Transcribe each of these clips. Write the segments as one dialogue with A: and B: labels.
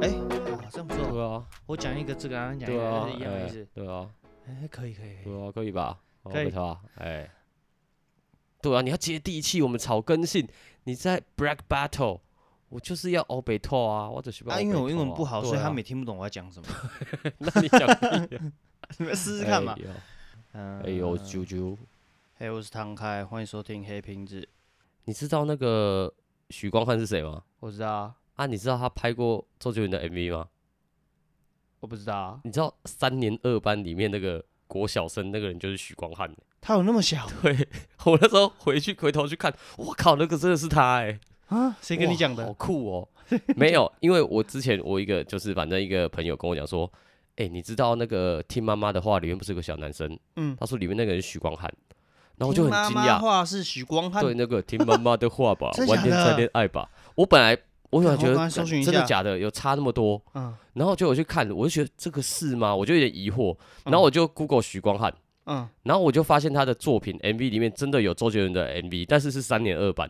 A: 哎、啊这样不错。
B: 对啊，
A: 我讲一个这个，然后讲一
B: 对啊
A: 个，一样的
B: 哎
A: 意思。
B: 对啊，
A: 哎、可以可以可以。
B: 对啊，可以吧？哦
A: 可以
B: 不错啊，哎，对啊，你要接地气，我们草根性。你在 Black Battle，我就是要欧北透啊，我就是要欧
A: 啊，
B: 北
A: 因为我英
B: 透
A: 文
B: 啊
A: 不好，
B: 对
A: 所以他
B: 啊
A: 们也听不懂我在讲什么。
B: 那你讲屁啊
A: 你们试试看嘛
B: 哎。呦
A: 嗯，
B: 哎呦，啾啾，
A: 嘿，我是唐开，欢迎收听黑瓶子。
B: 你知道那个许光汉是谁吗？
A: 我知道啊，
B: 啊，你知道他拍过周杰伦的 MV 吗？
A: 我不知道 啊，
B: 你知道《三年二班》里面那个国小生那个人就是许光汉 欸、
A: 他有那么小
B: 对我那时候回去回头去看，我靠，那个真的是他哎、欸！
A: 啊？谁跟你
B: 哇
A: 讲的
B: 好？酷哦！没有，因为我之前我一个就是反正一个朋友跟我讲说，哎、你知道那个听妈妈的话里面不是有个小男生？
A: 嗯
B: 他说里面那个人是许光汉，然后我就很惊
A: 妈妈
B: 讶，
A: 话是许光汉，
B: 对，那个听妈妈的话吧
A: 真的
B: 晚
A: 假
B: 点
A: 的
B: 再恋爱吧。我本来我本来觉
A: 我
B: 得
A: 刚才搜寻一
B: 真的
A: 下
B: 假的，有差那么多，
A: 嗯
B: 然后就我去看，我就觉得这个是吗？我就有点疑惑，然后我就 Google 许光汉，
A: 嗯，
B: 然后我就发现他的作品 MV 里面真的有周杰伦的 MV，但是是三年二班，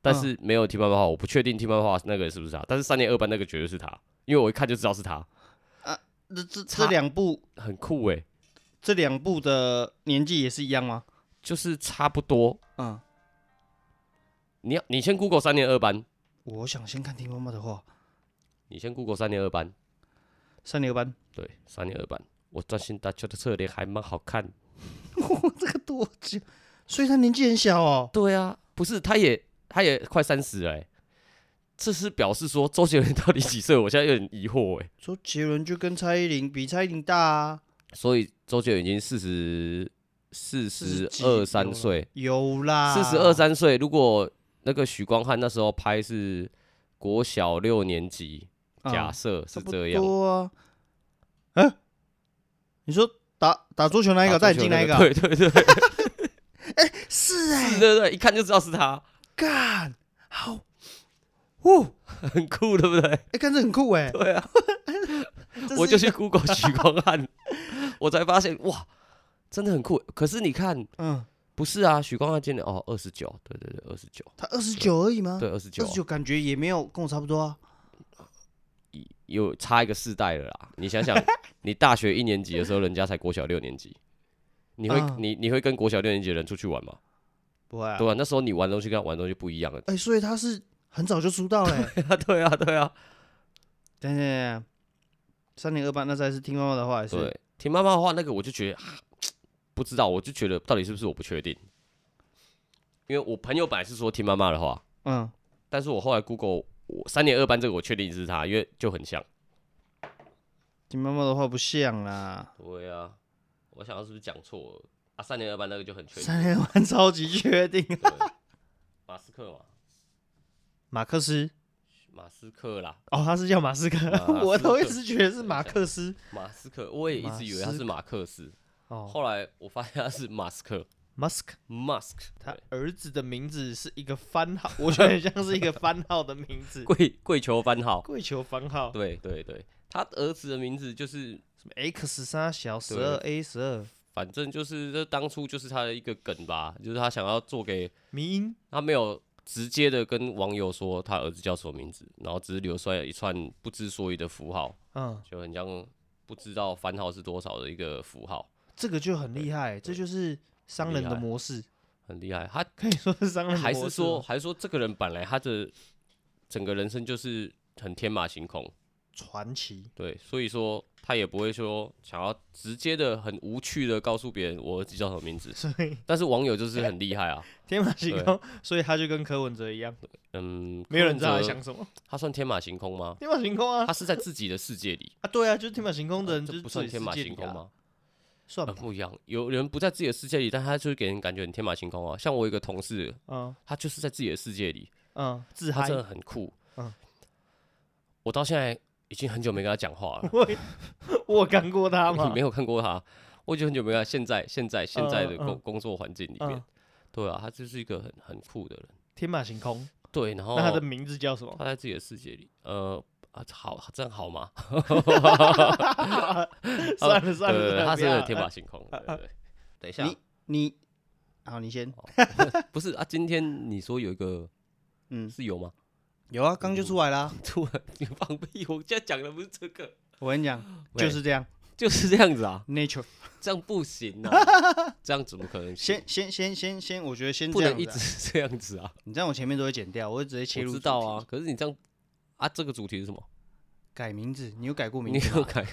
B: 但是没有听漫画，我不确定听漫画那个是不是他，但是三年二班那个绝对是他，因为我一看就知道是他，
A: 这这这
B: 差
A: 两部
B: 很酷欸诶、
A: 这两部的年纪也是一样吗？
B: 嗯就是差不多。
A: 嗯，
B: 你要你先 Google 三年二班，
A: 我想先看听妈妈的话，
B: 你先 Google 三年二班，
A: 三年 班，
B: 对，三年二班，我专心打球的侧脸还蛮好看。
A: 这个多久？所以他年纪很小哦。
B: 对啊，不是，他也他也快三十了、欸，这是表示说周杰伦到底几岁？我现在有点疑惑哎、
A: 周杰伦就跟蔡依林比蔡依林大啊，
B: 所以周杰伦已经四十四十
A: 42
B: 二三岁，
A: 有啦，
B: 四十二，三岁。如果那个许光汉那时候拍是国小六年级，假设是这样，
A: 啊嗯多啊。嗯、你说打打桌球那一个，
B: 打
A: 戴
B: 桌
A: 眼镜
B: 球
A: 那一个啊，
B: 对对对，对
A: 是哎、
B: 对对，一看就知道是他，
A: 干好，哦，
B: 很酷，对不对？
A: 哎、看这很酷哎、
B: 对啊，
A: 这是
B: 我就
A: 一
B: 去
A: 个
B: Google 许光汉， 我才发现哇，真的很酷。可是你看，
A: 嗯，
B: 不是啊，许光汉今年哦二十九，对对对，二十九，
A: 他二十九而已吗？
B: 对二十九
A: 啊二十，九感觉也没有跟我差不多啊。
B: 有差一个世代了啦。你想想，你大学一年级的时候，人家才国小六年级，你会、
A: 嗯
B: 你你会跟国小六年级的人出去玩吗？
A: 不会啊
B: 对啊，那时候你玩的东西跟他玩的东西不一样了。
A: 哎、所以他是很早就出道嘞、
B: 对啊，对啊，对啊，
A: 等等等，三零二八那才是听妈妈的话，还是
B: 对。听妈妈的话，那个我就觉得啊不知道，我就觉得到底是不是我不确定，因为我朋友本来是说听妈妈的话，
A: 嗯，
B: 但是我后来 Google 我三年二班这个我确定是他，因为就很像。
A: 听妈妈的话不像啦。
B: 对啊，我想到是不是讲错了啊？三年二班那个就很确定，
A: 三零二八超级确 定，
B: 对马斯克嘛，
A: 马克思
B: 马斯克啦，
A: 哦，他是叫马斯克，
B: 马 斯克
A: 我头一直觉得是马克思
B: 啊马斯克，我也一直以为他是马克思，
A: 哦
B: 后来我发现他是马斯克
A: ，Musk，
B: ，Musk，
C: 他
B: 对
C: 儿子的名字是一个番 号，我觉得很像是一个番号的名字，
B: 跪跪求番号，
C: 跪求番号，
B: 对对对，他儿子的名字就是，
C: 什么 X 三小
B: 对
C: 十二 A 十二
B: 反正就是这当初就是他的一个梗吧，就是他想要做给
C: 迷音，
B: 他没有直接的跟网友说他儿子叫什么名字，然后只是流出来一串不知所以的符号，
C: 嗯，
B: 就很像不知道番号是多少的一个符号，
C: 这个就很厉害，这
B: 对
C: 就是商人
B: 很厉
C: 的
B: 害
C: 模式，
B: 很厉害，他
C: 可以说是商人的模式
B: 还是说，
C: 吗
B: 还是说这个人本来他的整个人生就是很天马行空，
C: 传奇，
B: 对，所以说他也不会说想要直接的很无趣的告诉别人我儿子叫什么名字，
C: 所以
B: 但是网友就是很厉害啊，
C: 天马行空，所以他就跟柯文哲一样，
B: 嗯，
C: 没有人知道
B: 柯
C: 他
B: 文哲
C: 想什么，
B: 他算天马行空吗？
C: 天马行空啊
B: 他是在自己的世界里，
C: 啊，对啊，就是天马行空的人就
B: 这
C: 是
B: 不
C: 自
B: 算
C: 己
B: 天
C: 世
B: 马
C: 界
B: 行
C: 里
B: 空
C: 啊，
B: 吗？
C: 算
B: 呃
C: 吧，
B: 不一样，有人不在自己的世界里，但他就是给人感觉很天马行空啊。像我有一个同事，
C: 嗯
B: 他就是在自己的世界里，
C: 嗯，自
B: 他
C: 嗨
B: 真，的很酷。
C: 嗯
B: 我到现在已经很久没跟他讲话了。
C: 我有干过他
B: 你
A: 啊
C: 吗
B: 没？有看过他，我已经很久没看。现在现在现在的
C: 嗯嗯
B: 工工作环境里面
C: 嗯，
B: 对啊，他就是一个很很酷的人。
C: 天马行空，
B: 对，然后
C: 那他的名字叫什么？
B: 他在自己的世界里，呃啊，好，这样好吗？
C: 算了算了，
B: 哦对，他
C: 算
B: 是
C: 了
B: 天马行空，对对对。等一下，
A: 你你好，你先。
B: 不是啊？今天你说有一个
A: 嗯，
B: 是有吗？
A: 有啊，刚就出来啦。
B: 突然你放屁！我现在讲的不是这个，
A: 我跟你讲，就是这样
B: 就是这样子啊，
A: ，nature。
B: 这样不行啊，这样怎么可能行？
A: 先先先先先，我觉得先
B: 不
A: 这样
B: 能一
A: 子啊。
B: 直这样子啊！
A: 你这样我前面都会剪掉，我会直接切
B: 我
A: 入。
B: 知道啊，，可是你这样啊，这个主题是什么？
A: 改名字，你有改过
B: 你
A: 名字
B: 要
A: 吗？
B: 改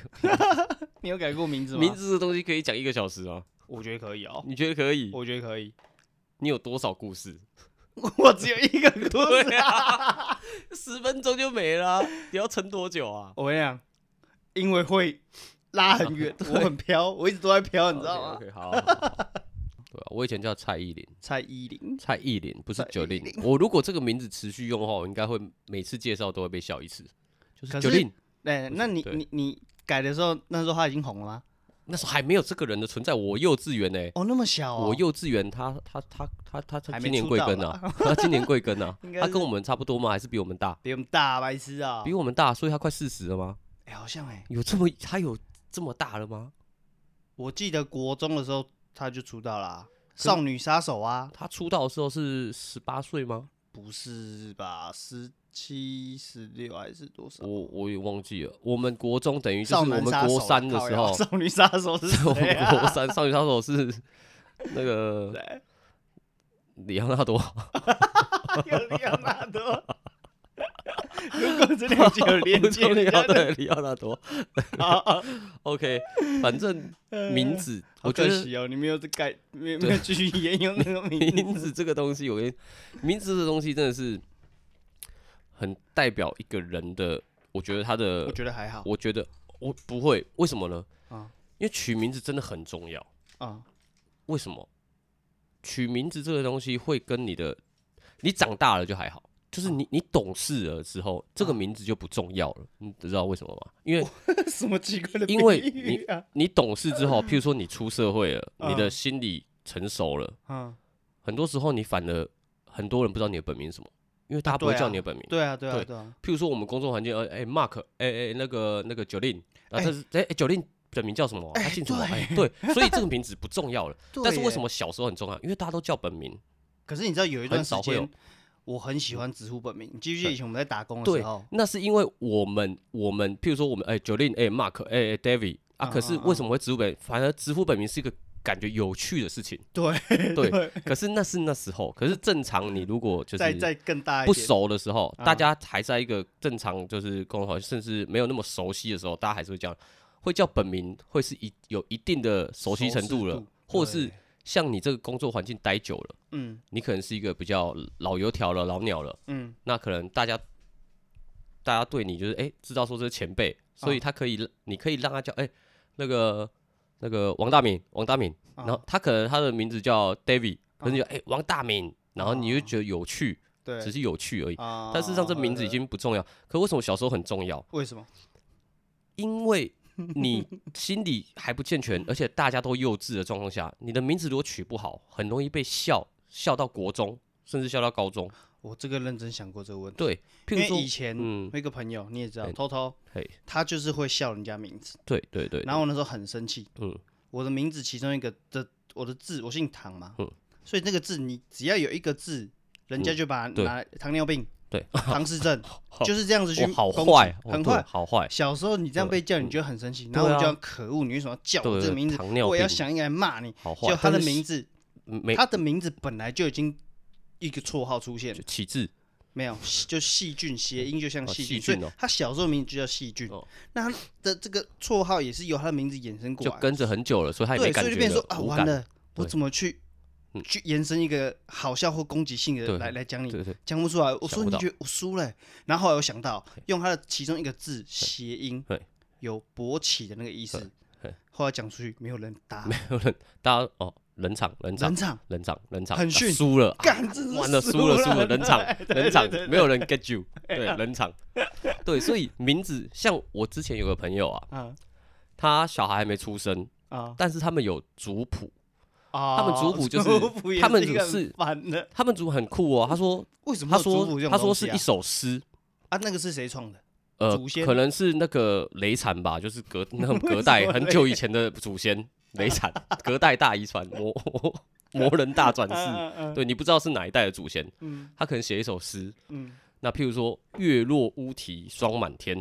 A: 你有改过名字吗？嗯
B: 名字的东西可以讲一个小时啊？
C: 我觉得可以哦，
B: 你觉得可以？
C: 我觉得可以。
B: 你有多少故事？
A: 我只有一个故事。
B: 对啊， 十分钟就没了啊、你要撑多久啊？
A: 我跟你讲，因为会拉很
B: 哦
A: 远，我很飘，我一直都在飘，你知道吗？
B: OK，好好好好对啊，我以前叫蔡依林，
A: 蔡依林，
B: 蔡依林不是
A: 蔡依
B: 九令。我如果这个名字持续用的话，我应该会每次介绍都会被笑一次。就
A: 可是
B: 是九令，
A: 哎、那你
B: 对
A: 你你改的时候，那时候他已经红了吗？
B: 那时候还没有这个人的存在，我幼稚园呢、
A: 哦，那么小哦，
B: 我幼稚园他他他他他他
A: 还没
B: 今年
A: 出
B: 贵
A: 道
B: 庚啊？他今年贵庚啊
A: 应？该
B: 他
A: 是
B: 跟我们差不多吗？还是比我们大？
A: 比我们大，白痴啊、
B: 比我们大，所以他快四十了吗？
A: 哎、好像哎、
B: 有这么他有这么大了吗？
A: 我记得国中的时候他就出道啦、少女杀手》啊，
B: 他出道的时候是十八岁吗？
A: 不是吧？十七、十六还是多少？
B: 我我也忘记了。我们国中等于就是
A: 少
B: 我
A: 男
B: 们
A: 杀手
B: 国
A: 啊
B: 三的
A: 靠
B: 时
A: 腰
B: 候，
A: 少女杀手是
B: 我
A: 谁
B: 们
A: 啊？
B: 国三少女杀手是那个
A: 谁
B: 里昂纳多，
A: 有里奥纳多。如果这两句有 连接，
B: 里
A: 人
B: 奥
A: 家就
B: 对里奥纳多。
A: 好好
B: OK，反正名字，我觉
A: 哎可
B: 得
A: 惜哦，你没有改，没有没有继续沿用那个名
B: 名
A: 字。
B: 字这个东西，我跟你名字这东西真的是很代表一个人的，我觉得他的
A: 我，觉得还好
B: 我觉得我不会，为什么呢？
A: 啊
B: 因为取名字真的很重要。
A: 啊，
B: 为什么取名字这个东西会跟你的你长大了就还好，就是
A: 啊
B: 你你懂事了之后，这个名字就不重要了，你知道为什么吗？因为
A: 什么奇怪的比
B: 因为
A: 喻啊？
B: 你懂事之后，譬如说你出社会了，你的
A: 嗯
B: 心理成熟了，
A: 嗯，
B: 很多时候你反而很多人不知道你的本名是什么，因为大家不
A: 对
B: 会
A: 啊
B: 叫你的本名。
A: 对啊，对啊，
B: 对
A: 对啊，
B: 譬如说我们工作环境，呃，哎、m a r k 哎、哎、那个那个九令，啊，这是哎哎九令本名叫什么啊？他姓什么？哎、对，所以这个名字不重 要了。但是为什
A: 么？
B: 么小时候很重要？因为大家都叫本名，
A: 可是你知道有一段
B: 很
A: 时
B: 少会有
A: 间，我很喜欢直呼本名。你记不记得
B: 对
A: 以前我们在打工的
B: 对
A: 时候，？
B: 那是因为我们我们，譬如说我们哎九令哎 Mark 哎、哎 David 啊，
A: 嗯
B: 可是
A: 嗯
B: 为什么会直呼本？反而直呼本名是一个感觉有趣的事 情。
A: 对
B: 对，可是那是那时候，可是正常你如果就是
A: 再再更大一
B: 不
A: 点，
B: 熟的时候，
A: 啊
B: 大家还在一个正常就是共同环境，甚至没有那么熟悉的时候，大家还是会叫，会叫本名，会是一有一定的熟悉程度
A: 熟
B: 了
A: 识度，
B: 或是
A: 对
B: 像你这个工作环境待久了，
A: 嗯
B: 你可能是一个比较老油条了、老鸟了，
A: 嗯，
B: 那可能大家大家对你就是哎、知道说这是前辈，所以他可以、你可以让他叫哎、那个那个王大敏，王大敏，
A: 啊
B: 然后他可能他的名字叫 David，可能就哎、王大敏，然后你就觉得有趣，
A: 对
B: 只是有趣而已。
A: 啊
B: 但事实上，这名字已经不重要。可为什么小时候很重要？
A: 为什么？
B: 因为你心理还不健 全，而且大家都幼稚的状况下，你的名字如果取不好，很容易被笑，笑到国中，甚至笑到高中。
A: 我这个认真想过这个问题。
B: 对，譬
A: 因
B: 如
A: 为
B: 说，
A: 以前
B: 嗯
A: 我一个朋友，你也知道，
B: 哎
A: 偷偷
B: 嘿，
A: 他就是会笑人家名字，
B: 对对对，
A: 然后我那时候很生气，
B: 嗯，
A: 我的名字其中一个的我的字，我姓唐嘛
B: 嗯，
A: 所以那个字你只要有一个字，人家就把
B: 对
A: 拿来糖尿病、
B: 对，
A: 唐氏症，就是这样子去
B: 我好
A: 攻击
B: 坏，哦
A: 很
B: 对
A: 坏。
B: 好坏，
A: 小时候你这样被叫，你就很生气，然后
B: 对
A: 我
B: 啊
A: 就要可恶，你为什么要叫我
B: 对
A: 这个名字？
B: 糖尿
A: 我也要
B: 病
A: 想一个来骂你。
B: 好坏。
A: 就他的
B: 但是
A: 名字，
B: 没
A: 他的名字本来就已经一个绰号出现
B: 就，起字，
A: 没有，细就细菌谐音就像
B: 哦
A: 细
B: 细
A: 菌，所以
B: 菌哦
A: 他小时候名字就叫细菌
B: 哦。
A: 那他的这个绰号也是由他的名字衍生过
B: 就
A: 来，
B: 跟着很久了，所以他也没
A: 对，
B: 感
A: 所以就
B: 觉
A: 变成
B: 了
A: 说啊，
B: 无
A: 完
B: 感。
A: 了，我
B: 对
A: 怎么去
B: 嗯
A: 去延伸一个好笑或攻击性的
B: 对
A: 来来讲你，
B: 对对，
A: 讲不出来。我说
B: 不
A: 你
B: 到
A: 觉得我输了欸，然后后来我想到用他的其中一个字谐音
B: 对，
A: 有勃起的那个意思
B: 对，
A: 后来讲出去没有人答，
B: 大家哦，冷场，冷场
A: 冷，场，
B: 冷场，冷场，
A: 很
B: 啊
A: 逊
B: 输了，啊
A: 干， 真是
B: 完了，输
A: 输
B: 了，输了，冷场，
A: 对
B: 冷场
A: 对啊对，
B: 没有人 get you，对，冷场，对，所以名字像我之前有个朋友啊，
A: 啊
B: 他小孩还没出生，
A: 啊
B: 但是他们有族谱，
C: 啊，
B: 他们族谱就是
A: 族谱也
B: 他们
A: 是一
B: 组
A: 个很
B: 是
A: 烦的，
B: 他们族很酷哦，他说
A: 为什么
B: 他
A: 会有族谱这
B: 说
A: 种
B: 他说
A: 东西
B: 是
A: 啊
B: 一首诗，
A: 啊，那个是谁创的？
B: 呃
A: 祖先，
B: 可能是那个雷禅吧，就是 隔那种隔代
A: 为什么
B: 很久以前的 祖先雷禅，隔代大遗传魔 魔人大转世，
A: 嗯嗯
B: 对你不知道是哪一代的祖先，
A: 嗯
B: 他可能写一首诗，
A: 嗯，
B: 那譬如说月落乌啼霜满天，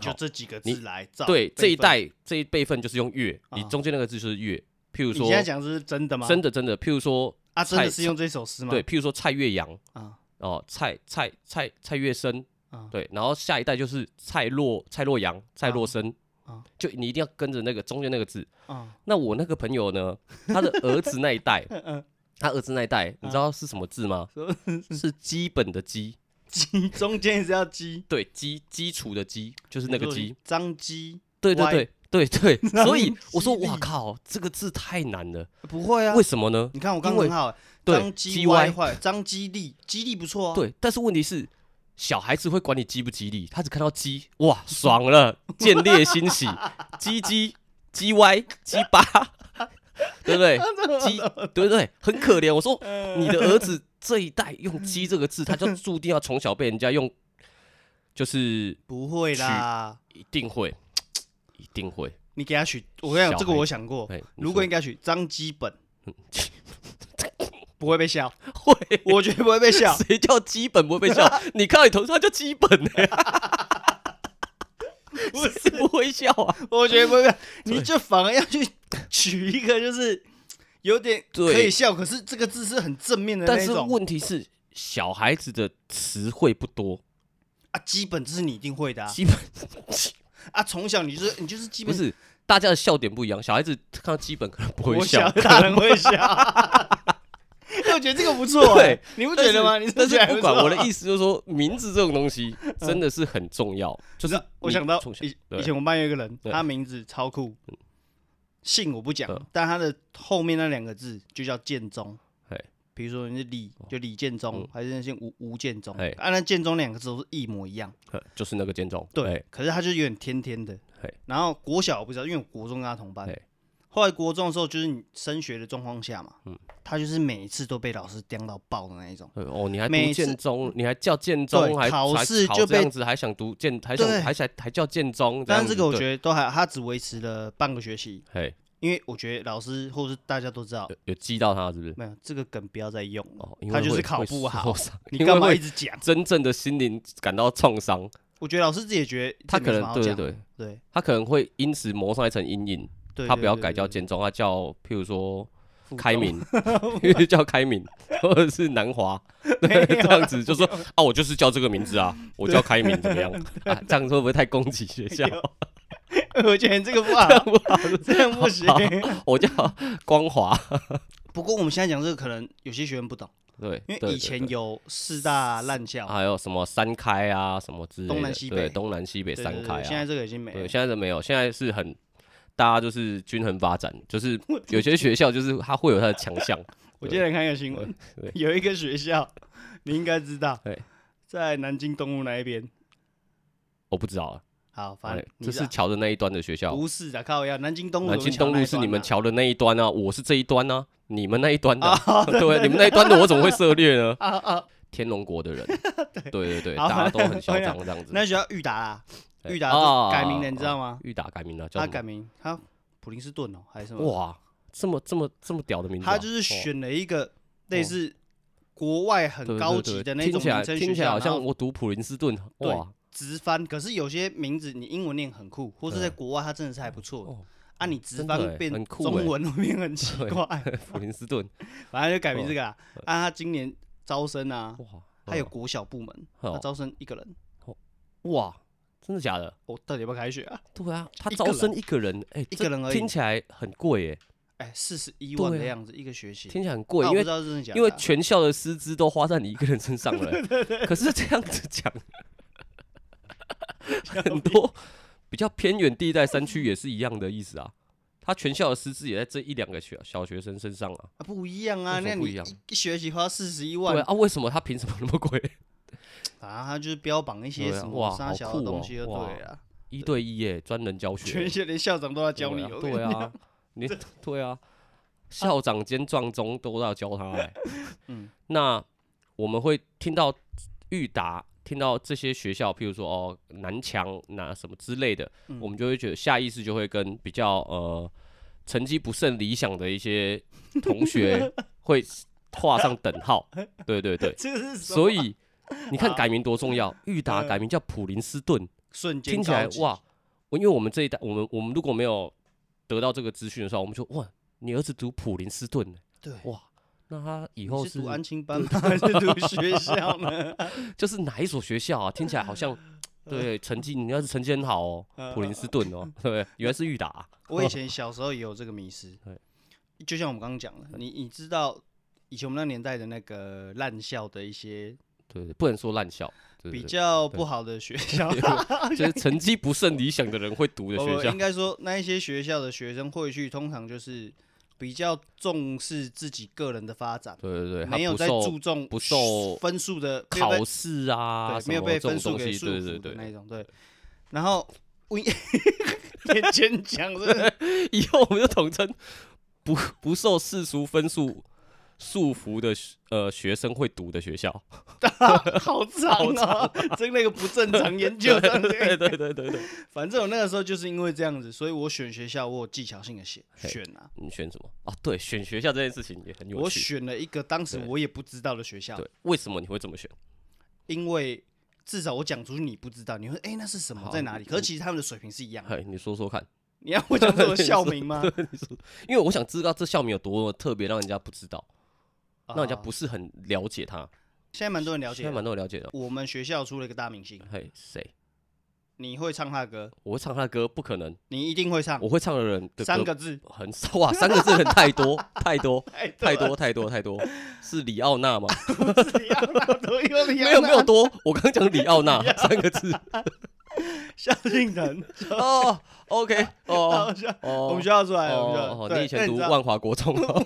A: 就
B: 好
A: 这几个
B: 你
A: 字来造
B: 对
A: 辈
B: 这一
A: 分。
B: 代这一辈分就是用月，你
A: 啊
B: 中间那个字就是月，譬如
A: 你
B: 说
A: 现在讲的是真的吗？
B: 真的真的，譬如说
A: 啊，真的
B: 蔡
A: 是用这首诗吗？
B: 对，譬如说蔡月阳
A: 啊
B: 哦，蔡蔡蔡蔡月生
A: 啊，
B: 对，然后下一代就是蔡洛蔡洛阳蔡洛生
A: 啊，
B: 就你一定要跟着那个中间那个字。
A: 啊，
B: 那我那个朋友呢，他的儿子那一代
A: 嗯嗯，啊
B: 他儿子那一代，你知道是什么字吗
A: 什么？
B: 是基本的基，
A: 鸡中间是要鸡，
B: 对，基基础的基，就是那个基。
A: 张鸡
B: 对对
A: 歪
B: 对对对，
A: 然后
B: 所以
A: 你
B: 我说
A: 激励
B: 哇靠，这个字太难了，
A: 不会啊
B: 为？什么呢？
A: 你看我刚
B: 因
A: 刚
B: 为
A: 很好，
B: 对
A: 张鸡
B: GY
A: 歪坏，张鸡力，鸡力不错啊。，
B: 对，但是问题是，小孩子会管你激不激励，他只看到激，哇，爽了， 见猎欣喜， 激激激歪激巴， 对 不对？激，对不对？很可怜。我说
A: 嗯
B: 你的儿子这一代用“激”这个字，他就注定要从小被人家用，就是
A: 不会啦，
B: 一定会，一定会。
A: 你给他取，我跟你
B: 小
A: 讲，这个
B: 孩
A: 我想过
B: 哎，你
A: 哦如
B: 说
A: 果应该取张鸡本，
B: 嗯
A: 不会被笑，
B: 会，
A: 我绝对不会被 笑。
B: 谁叫基本不会被笑？ 你看到你头上叫基本 呢、
A: 不
B: 谁不会笑啊？
A: 我觉得不 是，你就反而要去取一个，就是有点
B: 对
A: 可以笑，可是这个字是很正面的
B: 但
A: 那
B: 是
A: 种
B: 问题是，小孩子的词汇不多，
A: 啊。基本这是你一定会的啊，
B: 基本
A: 啊，从小你就是你就是基
B: 不
A: 本
B: 是大家的笑点不一样。小孩子看到基本可能不会
A: 我
B: 笑，
A: 大人会笑。 哎我觉得这个不错、哎
B: 对，
A: 你不
B: 但
A: 觉
B: 是
A: 得吗？你
B: 但
A: 觉
B: 是
A: 得还
B: 不啊管我的
A: 错啊
B: 意思，就是说名字这种东西真的是很重要。就是
A: 我
B: 你
A: 想到
B: 从小
A: 以
B: 对
A: 以前我们班有一个人，
B: 对
A: 他名字超酷，姓我不讲
B: 嗯，
A: 但他的后面那两个字就叫建中
B: 嘿。哦嗯
A: 比如说你是李，就李建中，还是那些吴吴建中，
B: 嘿
A: 啊，那建中两个字都是一模一样。
B: 呃就是那个建中，
A: 对，可是他就有点天天的
B: 嘿。
A: 然后国小我不知道，因为我国中跟他同班
B: 嘿。
A: 后来国中的时候，就是你升学的状况下嘛，
B: 嗯
A: 他就是每一次都被老师刁到爆的那一种。
B: 哎，哦，你还读
A: 每次
B: 建中，你还叫建中，
A: 对
B: 还
A: 考
B: 还
A: 试
B: 考
A: 就
B: 这
A: 被
B: 样子，还想读建，还想
A: 对
B: 还想还叫建中，
A: 但是这个我觉
B: 得，
A: 得都还，他只维持了半个学期，
B: 嘿，
A: 因为我觉得老师或是大家都知道，
B: 有有激到他是不是？
A: 没有这个梗不要再用了，
B: 哦，因为
A: 嗯他就是
B: 会
A: 考
B: 会
A: 不好
B: 受伤，
A: 你
B: 因为
A: 干嘛
B: 会
A: 一直讲？
B: 真正的心灵感到创伤，
A: 我觉得老师自己也觉得
B: 他
A: 这
B: 可
A: 没什么好
B: 能对对
A: 讲
B: 对，
A: 对
B: 他可能会因此磨上一层阴影，
A: 对，
B: 他不要
A: 对
B: 改叫，建中，他叫譬如说
A: 附
B: 开
A: 中
B: 明， 因为叫开明或者是南华，对，这样子就说啊，我就是叫这个名字啊，我叫开 明怎么样啊？这样会不会太攻击学校？
A: 对我觉得这个 不好，这样不行。
B: 我叫 光华，
A: 不过我们现在讲这个，可能有些学员不懂。
B: 对，
A: 因
B: 对
A: 为以前
B: 对对
A: 有四大烂校，
B: 还有什么三开啊，什么之类的，
A: 东南西北
B: 对，东南西北
A: 对对
B: 三
A: 对
B: 开
A: 现在
B: 啊，
A: 这个已经没
B: 对，
A: 了。
B: 现在都没有，现在是很。大家就是均衡发展，就是有些学校就是它会有它的强项，
A: 我今天看一个新闻
B: 对，
A: 有一个学校，你应该知道
B: 对，
A: 在南京东路那一边。
B: 我不知道啊，
A: 好，反正
B: 哎
A: 你
B: 这
A: 知
B: 是
A: 道
B: 桥的那一端的学校，
A: 不是的，靠要南京东路，
B: 南京东路是你们
A: 桥
B: 桥的那一端啊，我是这一端啊，你们那一端的啊、 对，你们那一端的我怎么会涉猎呢？
A: 啊啊！
B: 天龙 国的人，对对对，
A: 好
B: 大家都很嚣
A: 反
B: 张这样子。
A: 那学校裕达啦，
B: 对
A: 裕达
B: 哦
A: 改名了，你知道吗？
B: 裕达改名了，叫
A: 他
B: 什么
A: 改名，他普林斯顿哦，还是什么？
B: 哇，这么这么这么屌的名字啊、哦
A: 他就是选了一个类似国外很
B: 对对
A: 高
B: 对
A: 级的那种
B: 听起来
A: 名称
B: 听
A: 学
B: 起来
A: 校，
B: 好
A: 然后
B: 像我读普林斯顿，
A: 对
B: 哇，
A: 直翻，可是有些名字你英文念很酷，或是在
B: 对
A: 国外它真的是还不错的。
B: 哦
A: 啊，你直
B: 真的
A: 翻
B: 欸
A: 变
B: 很酷
A: 中
B: 欸
A: 文会变很奇
B: 对哦
A: 怪，
B: 普林斯顿，
A: 反正就改名这个啦。啊，他今年招生啊，
B: 哇，
A: 他有国小部门，他
B: 哦
A: 招生一个人。
B: 哇，真的假的？
A: 我到底要不要开学啊？
B: 对啊，他
A: 一个
B: 招生一个人，哎、
A: 一
B: 这
A: 个人而已
B: 听起来很贵耶、
A: 哎，四十一万
B: 对
A: 的
B: 啊
A: 样子，一个学期。
B: 听起来很
A: 啊
B: 贵，
A: 我
B: 因
A: 不
B: 为
A: 知道是真的假的啊，
B: 因为全校的师资都花在你一个人 身上了欸、可是这样子讲，很多比较偏远地带山区也是一样的意思啊。他全校的师资也在这一两个小小学生身上啊。
A: 啊不一样啊，
B: 为什么
A: 那
B: 不
A: 你
B: 一样
A: 一一学期花四十一万
B: 对，啊，为什么他凭什么那么贵？
A: 反正他就是标榜一些
B: 对啊
A: 什么
B: 哇
A: 沙
B: 好
A: 小的
B: 酷
A: 东
B: 哦
A: 西就
B: 哇
A: 对了。 啊
B: 一对一耶，专人教学
A: 全
B: 欸，
A: 学连校长都要教
B: 对
A: 你
B: 啊
A: 哦，
B: 对啊，你对啊，校长兼壮中都要教他、 欸。
A: 嗯
B: 那我们会听到裕达，听到这些学校，譬如说哦南强、那什么之类的，
A: 嗯
B: 我们就会觉得下意识就会跟比较呃成绩不甚理想的一些同 学会画上等号。对对 对，啊
A: 这是什么
B: 所以你看
A: 好
B: 改名多重要，裕达
A: 嗯
B: 改名叫普林斯顿，
A: 瞬间
B: 听起来
A: 高级，
B: 哇，我因为我们这一代，我们我们如果没有得到这个资讯的时候，我们就哇，你儿子读普林斯顿呢，
A: 对
B: 哇，那他以后
A: 你
B: 是
A: 是读安亲班吗 还是读 学校呢？
B: 就是哪一所学校啊？听起来好像对成绩，你要是成绩很好哦，普林斯顿哦，对不对？原来是裕达啊、
A: 我以前小时候也有这个迷失
B: 对，
A: 就像我们刚刚讲的，你你知道以前我们那年代的那个烂校的一些
B: 对对，不能说烂校，对对
A: 比
B: 对
A: 较不好的 学校，
B: 就是成绩不甚理想的人会读的
A: 不
B: 学
A: 不
B: 校
A: 应。该说那一些学校的学生会去，通常就是比较重视自己个人的发展，
B: 对对对，他
A: 没有
B: 不
A: 在
B: 受
A: 注重
B: 不受
A: 分数的没有被
B: 考试啊，
A: 对，没有被分
B: 数
A: 数给
B: 西，
A: 束
B: 对对
A: 缚的
B: 对
A: 那一
B: 对。
A: 种，对。然后我 也坚强，真的
B: 以后我们就统称不不受世俗分数束缚的学呃学生会读的学校。
A: 好长哦，真那个不正常研究这样子。
B: 对对对对对，
A: 反正我那个时候就是因为这样子，所以我选学校，我有技巧性的选
B: 嘿
A: 选啊，
B: 你选什么啊？对，选学校这件事情也很有
A: 我
B: 趣。
A: 选了一个当时
B: 对
A: 我也不知道的学校，
B: 对，为什么你会这么选？
A: 因为至少我讲出你不知道，你会哎、那是什么
B: 好
A: 在哪里？
B: 你
A: 可是其实他们的水平是一 样的。
B: 嗨，你说说看。
A: 你要我讲出我的校名 吗？
B: 因为我想知道这校名有多么特别，让人家不知道，
A: 啊
B: 让人家不是很了解它。
A: 现在蛮多人了解
B: 现在
A: 的。
B: 蛮多人了解的。
A: 我们学校出了一个大明星，
B: 嘿，谁？
A: 你会唱他的歌，
B: 我会唱他的歌，不可能。
A: 你一定会唱
B: 我会唱的人的歌
A: 啊三个字，哎
B: 很少哇，三个字很太多 太多
A: 太多
B: 太多太多太多，是里奥纳吗？
A: 是里奥纳多，因为里
B: 没
A: 奥
B: 有
A: 纳
B: 没有多，我刚讲里 奥纳三个字。
A: 夏令人，
B: 哦，OK，哦
A: 好笑。我
B: 哦
A: 们学。校出来了，我们学校
B: 哦，
A: 对
B: 你以前
A: 那
B: 读
A: 知道
B: 万华国 中哦，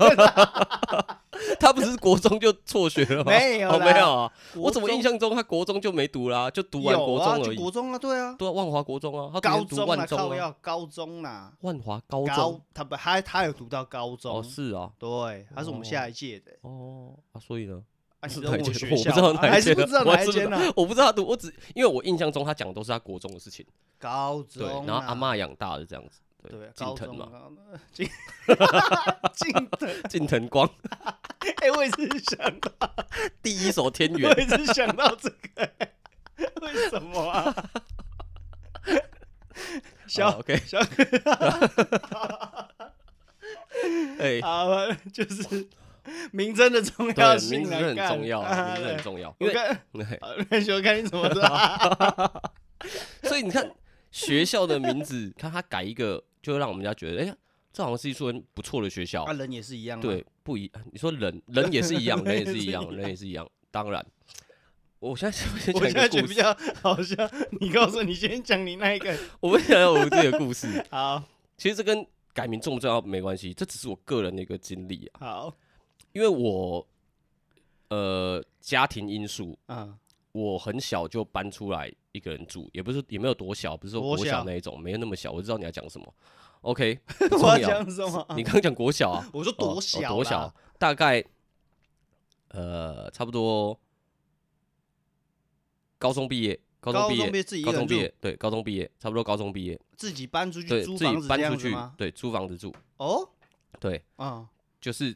B: 他不是国中就辍学了吗？
A: 没有
B: 哦
A: 啦
B: 没有啊，我
A: 国
B: 怎么印
A: 中
B: 象中他国中就没读啦，就读完
A: 有
B: 国
A: 啊
B: 中
A: 就
B: 而已。
A: 国中啊，对啊，
B: 对啊，万华国中啊，
A: 高
B: 他当年读
A: 中啊，
B: 万
A: 靠
B: 中啊，
A: 要高中啦，
B: 万华高中
A: 高他不他他有读到高
B: 哦，
A: 中，
B: 是啊，
A: 对，他是我们
B: 哦
A: 下一届的，
B: 哦啊，所以呢，
A: 啊，你
B: 是
A: 知道
B: 哪
A: 我
B: 一间？
A: 学
B: 我不
A: 校
B: 知道
A: 啊
B: 哪
A: 还
B: 一
A: 是
B: 间
A: 不
B: 的，
A: 知道
B: 我
A: 哪一
B: 知
A: 间啊呢？
B: 道我不知道他读，我只因为我印象中他讲的都是他国中的事情，
A: 高中
B: 对
A: 啊，，
B: 然后阿嬷养大的这样子，
A: 对
B: 近
A: 高
B: 藤
A: 中
B: 嘛，
A: 啊，近 近藤，
B: 近藤光
A: 哎，我也是想到，
B: 第一首《天
A: 我
B: 元》，
A: 也是想到这个， 为什么啊？ 小
B: 啊 OK，
A: 小
B: 哎，
A: 啊，就是名称的重要
B: 对，
A: 性
B: 名字
A: 来
B: 很
A: 干
B: 重要啊，
A: 啊
B: 名字很
A: 对
B: 重要，
A: 我
B: 因为
A: 看，
B: 嘿
A: 啊喜欢看你怎么 的，
B: 所以你看学校的名字，看他改一个，就会让我们家觉得，哎呀，这好像是一所不错的学校
A: 啊，，人也是一样嘛，
B: 对，不一，你说人人也是一 样，人也是一样，人也是一样。当然，我现在我先
A: 我现在
B: 讲
A: 觉得
B: 一个故
A: 比
B: 事，
A: 较好笑，你告诉我，你先讲你那一个。
B: 我分享我自己的故事。
A: 好
B: 其实这跟改名重不重要没关系，这只是我个人的一个经历啊。
A: 好，
B: 因为我呃家庭因素，
A: 嗯，
B: 我很小就搬出来一个人住，也不是也没有多小，不是说
A: 国
B: 国小
A: 小
B: 那一种，没有那么小。我知道你要讲什么，OK，不
A: 我要
B: 重要。
A: 讲什么？
B: 你刚讲国小啊，
A: 我说
B: 哦
A: 多小、
B: 哦多小？，大概呃，差不多高中毕业，高中
A: 高
B: 毕
A: 中毕
B: 业，
A: 业自己一
B: 高
A: 个
B: 中
A: 人住
B: 毕，业，对，高中毕业，差不多高中毕业，
A: 自己搬出
B: 对
A: 去租
B: 自
A: 房
B: 己
A: 子这
B: 搬出
A: 样子
B: 去
A: 吗，？
B: 对，租房子住，
A: 哦，
B: 对，
A: 嗯，
B: 就是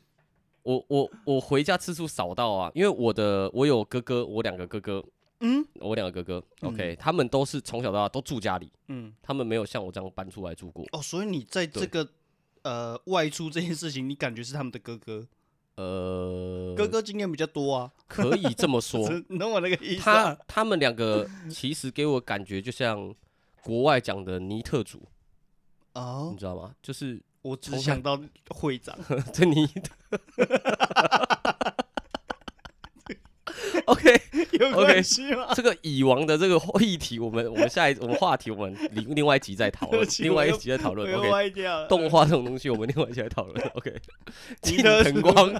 B: 我我我回家次数少到啊，因为我的我有哥哥，我两个哥哥，
A: 嗯，
B: 我两个哥哥、o k 他们都是从小到大都住家里，
A: 嗯，
B: 他们没有像我这样搬出来住过，
A: 哦，所以你在这
B: 对
A: 个呃外出这件事情，你感觉是他们的哥哥，
B: 呃，
A: 哥哥经验比较多啊，
B: 可以这么说，
A: 是你懂我那个意思、
B: 他
A: 啊？
B: 他们两个其实给我感觉就像国外讲的尼特族，你
A: 哦，
B: 知道吗？就是
A: 我只
B: 从小
A: 想到会 长，
B: 这尼特。OK，
A: 有
B: OK
A: 关系 吗？
B: 这个蚁王的这个议题，我们我们下一我们话题，我们另另外一集再讨
A: 对
B: 论
A: 不，起
B: 另外
A: 我
B: 一
A: 又
B: 集再讨
A: 我
B: 论。
A: 又
B: OK，
A: 歪掉了。
B: 动画这种东西，我们另外一集再讨论。OK，近
A: 尼特
B: 藤
A: 族
B: 光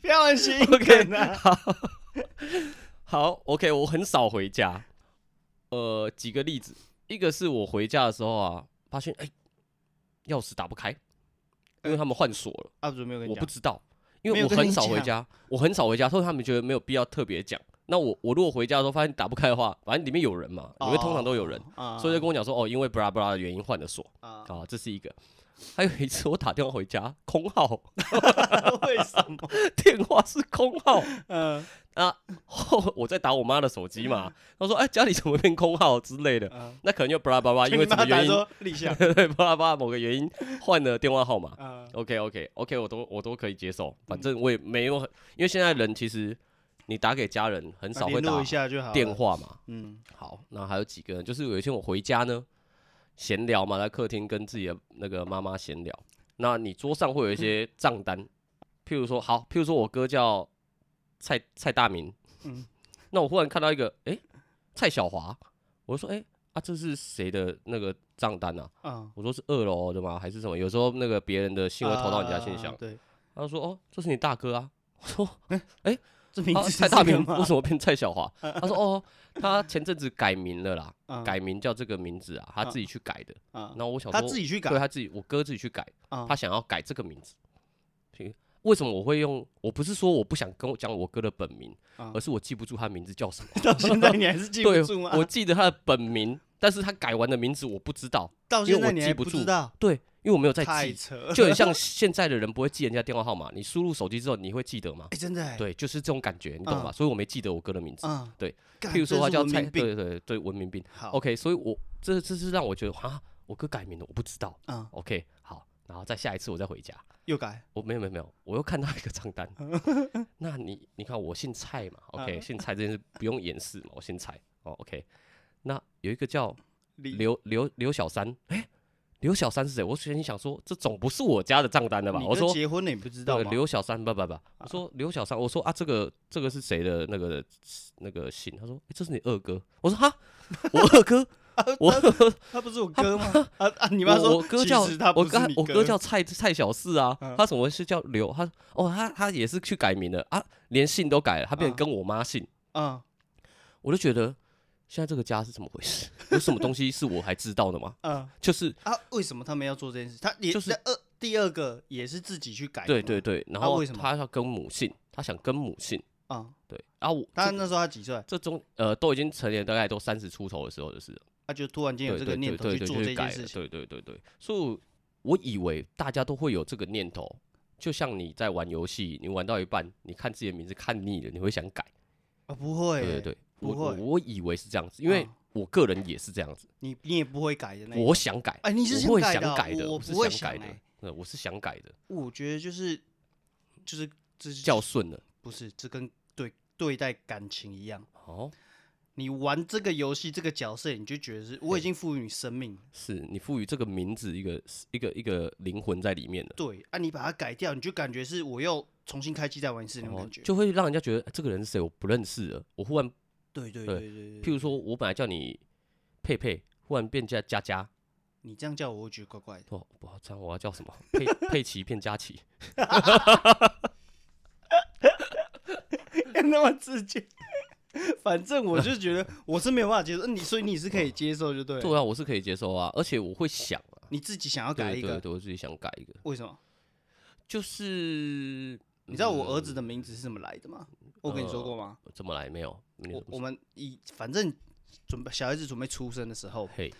A: 不要很新
B: OK
A: 梗啊！
B: 好，OK，我很少回家。呃，几个例子，一个是我回家的时候啊，发现哎，钥匙打不开，因为他们换锁了，
A: 阿啊祖没有跟你
B: 我
A: 讲
B: 不，知道，因
A: 没
B: 为
A: 有
B: 我
A: 跟
B: 很
A: 你
B: 少回
A: 讲
B: 家，我很少回家，所以他们觉得没有必要特别讲。那我我如果回家的时候发现打不开的话，反正里面有人嘛，里面通常都有人，
A: 啊
B: 所以就跟我讲说，哦，因为布拉布拉的原因换的锁
A: 啊，
B: 啊，这是一个。还有一次我打电话回家，空号，
A: 为什么？
B: 电话是空号，
A: 嗯
B: 后我在打我妈的手机嘛，她说，哎，家里怎么变空号之类的，
A: 嗯，
B: 那可能就布拉布啊拉，因为什么原因，
A: 说立夏
B: 对，布拉布拉某个原因换了电话号码，
A: 啊
B: OK OK OK，我都我都可以接受，反正我也没有很，因为现在人其实你打给家人很少会
A: 啊联
B: 打
A: 络一下就好了
B: 电，话嘛。
A: 嗯
B: 好，那还有几个人，就是有一天我回家呢，闲聊嘛，在客厅跟自己的那个妈妈闲聊。那你桌上会有 一些账单，譬如说好，譬如说我哥叫蔡蔡大明，
A: 嗯
B: 那我忽然看到一个诶，蔡小华，我就说诶，啊这是谁的那个账单啊？
A: 啊，
B: 我说是二楼的吗？还是什么？有时候那个别人的信会投到你家信
A: 啊
B: 箱，
A: 对，
B: 他就说：“哦，这是你大哥啊。”我说
A: 这：“名
B: 啊，
A: 字
B: 蔡大明为
A: 吗？
B: 什么变蔡 小华？”他说：“哦，他前阵子改名了啦，
A: 啊
B: 改名叫这个名字啊，他自己去改的。”
A: 啊，
B: 然后我想
A: 嗯
B: 说，
A: 他自己去改
B: 对他自己，我哥自己去改，
A: 啊，
B: 他想要改这个名字。行为什么我会用？我不是说我不想跟我讲我哥的本名，
A: 啊
B: 而是我记不住他名字叫什么。
A: 到现在你还是记不
B: 对
A: 住吗？，
B: 我记得他的本名，但是他改完的名字我不知道。
A: 到
B: 因为
A: 现在
B: 我
A: 你
B: 记
A: 还
B: 不住
A: 知道，
B: 对，因为我没有在
A: 太
B: 记，
A: 扯了，
B: 就很像现在的人不会记人家电话号码，你输入手机之后你会记得吗？
A: 哎，真的欸，
B: 对，就是这种感觉，你懂吧？
A: 嗯
B: 所以我没记得我哥的名字。
A: 啊，
B: 对
A: 干，
B: 譬如说
A: 真
B: 他
A: 是
B: 叫
A: 文
B: 蔡，
A: 明病，
B: 对对对，文明病。
A: 好
B: OK，所以我这这是让我觉得啊，我哥改名了，我不知道。
A: 啊，
B: OK，好，然后再下一次我再回家，
A: 又改，
B: 我没有没有没有，我又看到一个账 单。那你你看我姓蔡嘛，OK，
A: 嗯
B: 姓蔡这件事不用掩饰嘛，我姓蔡。哦，OK，那有一个叫
A: 李
B: 刘刘刘小三，哎，刘小三是谁？我首先想说，这总不是我家的账单了吧？
A: 你
B: 我
A: 哥
B: 说
A: 结婚了，你不知
B: 对
A: 道吗？啊
B: 刘小三不不不，我说刘小三，我说啊，这个这个是谁的那个那个信？他说、诶这是你二哥。我说哈，我 二哥，我
A: 他不是我哥吗？啊啊！你妈
B: 我
A: 说，
B: 我哥
A: 其
B: 叫
A: 实他不
B: 我哥
A: 是你
B: 我
A: 哥
B: 哥叫蔡蔡小四啊，
A: 嗯
B: 他怎么是叫刘？他哦他他也是去改名了啊，连姓都改了，他变成
A: 嗯
B: 跟我妈姓，
A: 啊
B: 我就觉得现在这个家是怎么回事？有什么东西是我还知道的吗？
A: 啊
B: 就是
A: 啊！为什么他们要做这件事？他也
B: 就是
A: 那二第二个也是自己去改的
B: 对
A: 嘛，
B: 对对，然后
A: 哎啊为什么
B: 他要跟母姓，他想跟母姓，
A: 啊！
B: 对，啊我
A: 他
B: 这
A: 那时候他几岁？
B: 这中呃都已经成年，大概都三十出头的时候的事了。
A: 他就突然间有
B: 对
A: 这个念头去
B: 对对对
A: 做
B: 就
A: 这
B: 是改
A: 件
B: 了
A: 事情。
B: 对对对对，所以我我以为大家都会有这个念头，就像你在玩游戏，你玩到一半，你看自己的名字看腻了，你会想改。
A: 啊，不会
B: 对
A: 欸，
B: 对对，
A: 不
B: 我
A: 会
B: 我我以为是这样子，因为
A: 啊
B: 我个人也是这样子，
A: 你你也不会改的那一
B: 我想改。
A: 哎你是
B: 我会
A: 想改
B: 想
A: 的啊
B: 改
A: 我
B: 的，
A: 我
B: 是
A: 不会
B: 想改
A: 想
B: 的
A: 哎，
B: 对，我是想改的，
A: 种，我觉得就是就是这是
B: 叫顺了。
A: 不是这跟对对待感情一样。
B: 哦，
A: 你玩这个游戏这个角色，你就觉得是我已经赋予你生命了，
B: 是你赋予这个名字一个一个一个灵魂在里面的。
A: 对啊，你把它改掉，你就感觉是我又重新开机再玩一次那种
B: 哦
A: 感觉。
B: 就会让人家觉得、哎这个人是谁，我不认识了。我忽然
A: 对对
B: 对
A: 对对
B: 譬
A: 对，
B: 如说，我本来叫你佩佩，忽然变叫佳佳，
A: 你这样叫我，我会觉得怪怪的。
B: 哦，不好，这样我要叫什么？佩佩奇变佳琪，
A: 那么直接。反正我就觉得我是没有办法接受，你所以你是可以接受就对
B: 对
A: 了。
B: 啊，我是可以接受啊，而且我会想啊，
A: 你自己想要改
B: 对
A: 一
B: 对
A: 个，
B: 对，我自己想改一个，
A: 为什么？
B: 就是
A: 你知道我儿子的名字是怎么来的吗？我跟你说过吗？
B: 怎么来没有？呃你
A: 我
B: 怎么
A: 我们以反正准备小孩子准备出生的时候，
B: 嘿，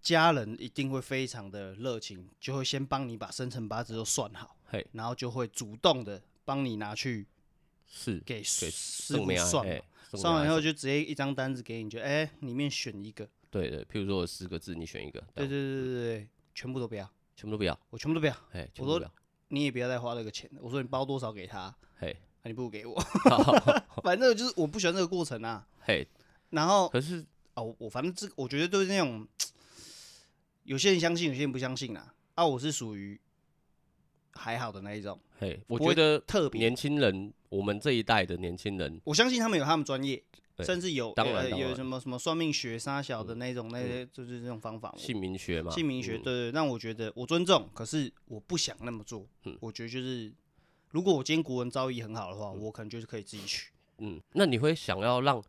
A: 家人一定会非常的热情，就会先帮你把生辰八字都算好，
B: 嘿，
A: 然后就会主动的帮你拿去
B: 是
A: 给
B: 给
A: 师
B: 宋
A: 傅
B: 明啊，
A: 算嘛
B: 嘿，宋
A: 算完以
B: 明啊
A: 后就直接一张单子给你，就哎、里面选一个，
B: 对对，譬如说有十个字，你选一个，这
A: 对对
B: 样
A: 对对对对，全部都不要，
B: 全部都不要，
A: 我全部都不要，
B: 嘿，
A: 我
B: 全部都
A: 都
B: 不要，
A: 你也不要再花那个钱了。我说你包多少给他，啊、
B: 嘿，
A: 你不如给我， 反正就是我不喜欢这个过程啊。
B: 嘿，
A: 然后
B: 可是
A: 啊，我我反正这个我觉得都是那种，有些人相信，有些人不相信啊。啊，我是属于还好的那一种，
B: 嘿，我
A: 不
B: 觉
A: 会
B: 得
A: 特别
B: 年轻人，我们这一代的年轻人，
A: 我相信他们有他们专业，
B: 对
A: 甚至有
B: 当然
A: 呃
B: 当
A: 有
B: 然嗯
A: 什么什么算命学、杀小的那种，那些就是这种方法。我
B: 姓名学嘛，
A: 姓名学，
B: 嗯
A: 对对，让我觉得我尊重，可是我不想那么做。
B: 嗯
A: 我觉得就是，如果我今天国文造诣很好的话，我可能就是可以自己取。
B: 嗯，那你会想要让，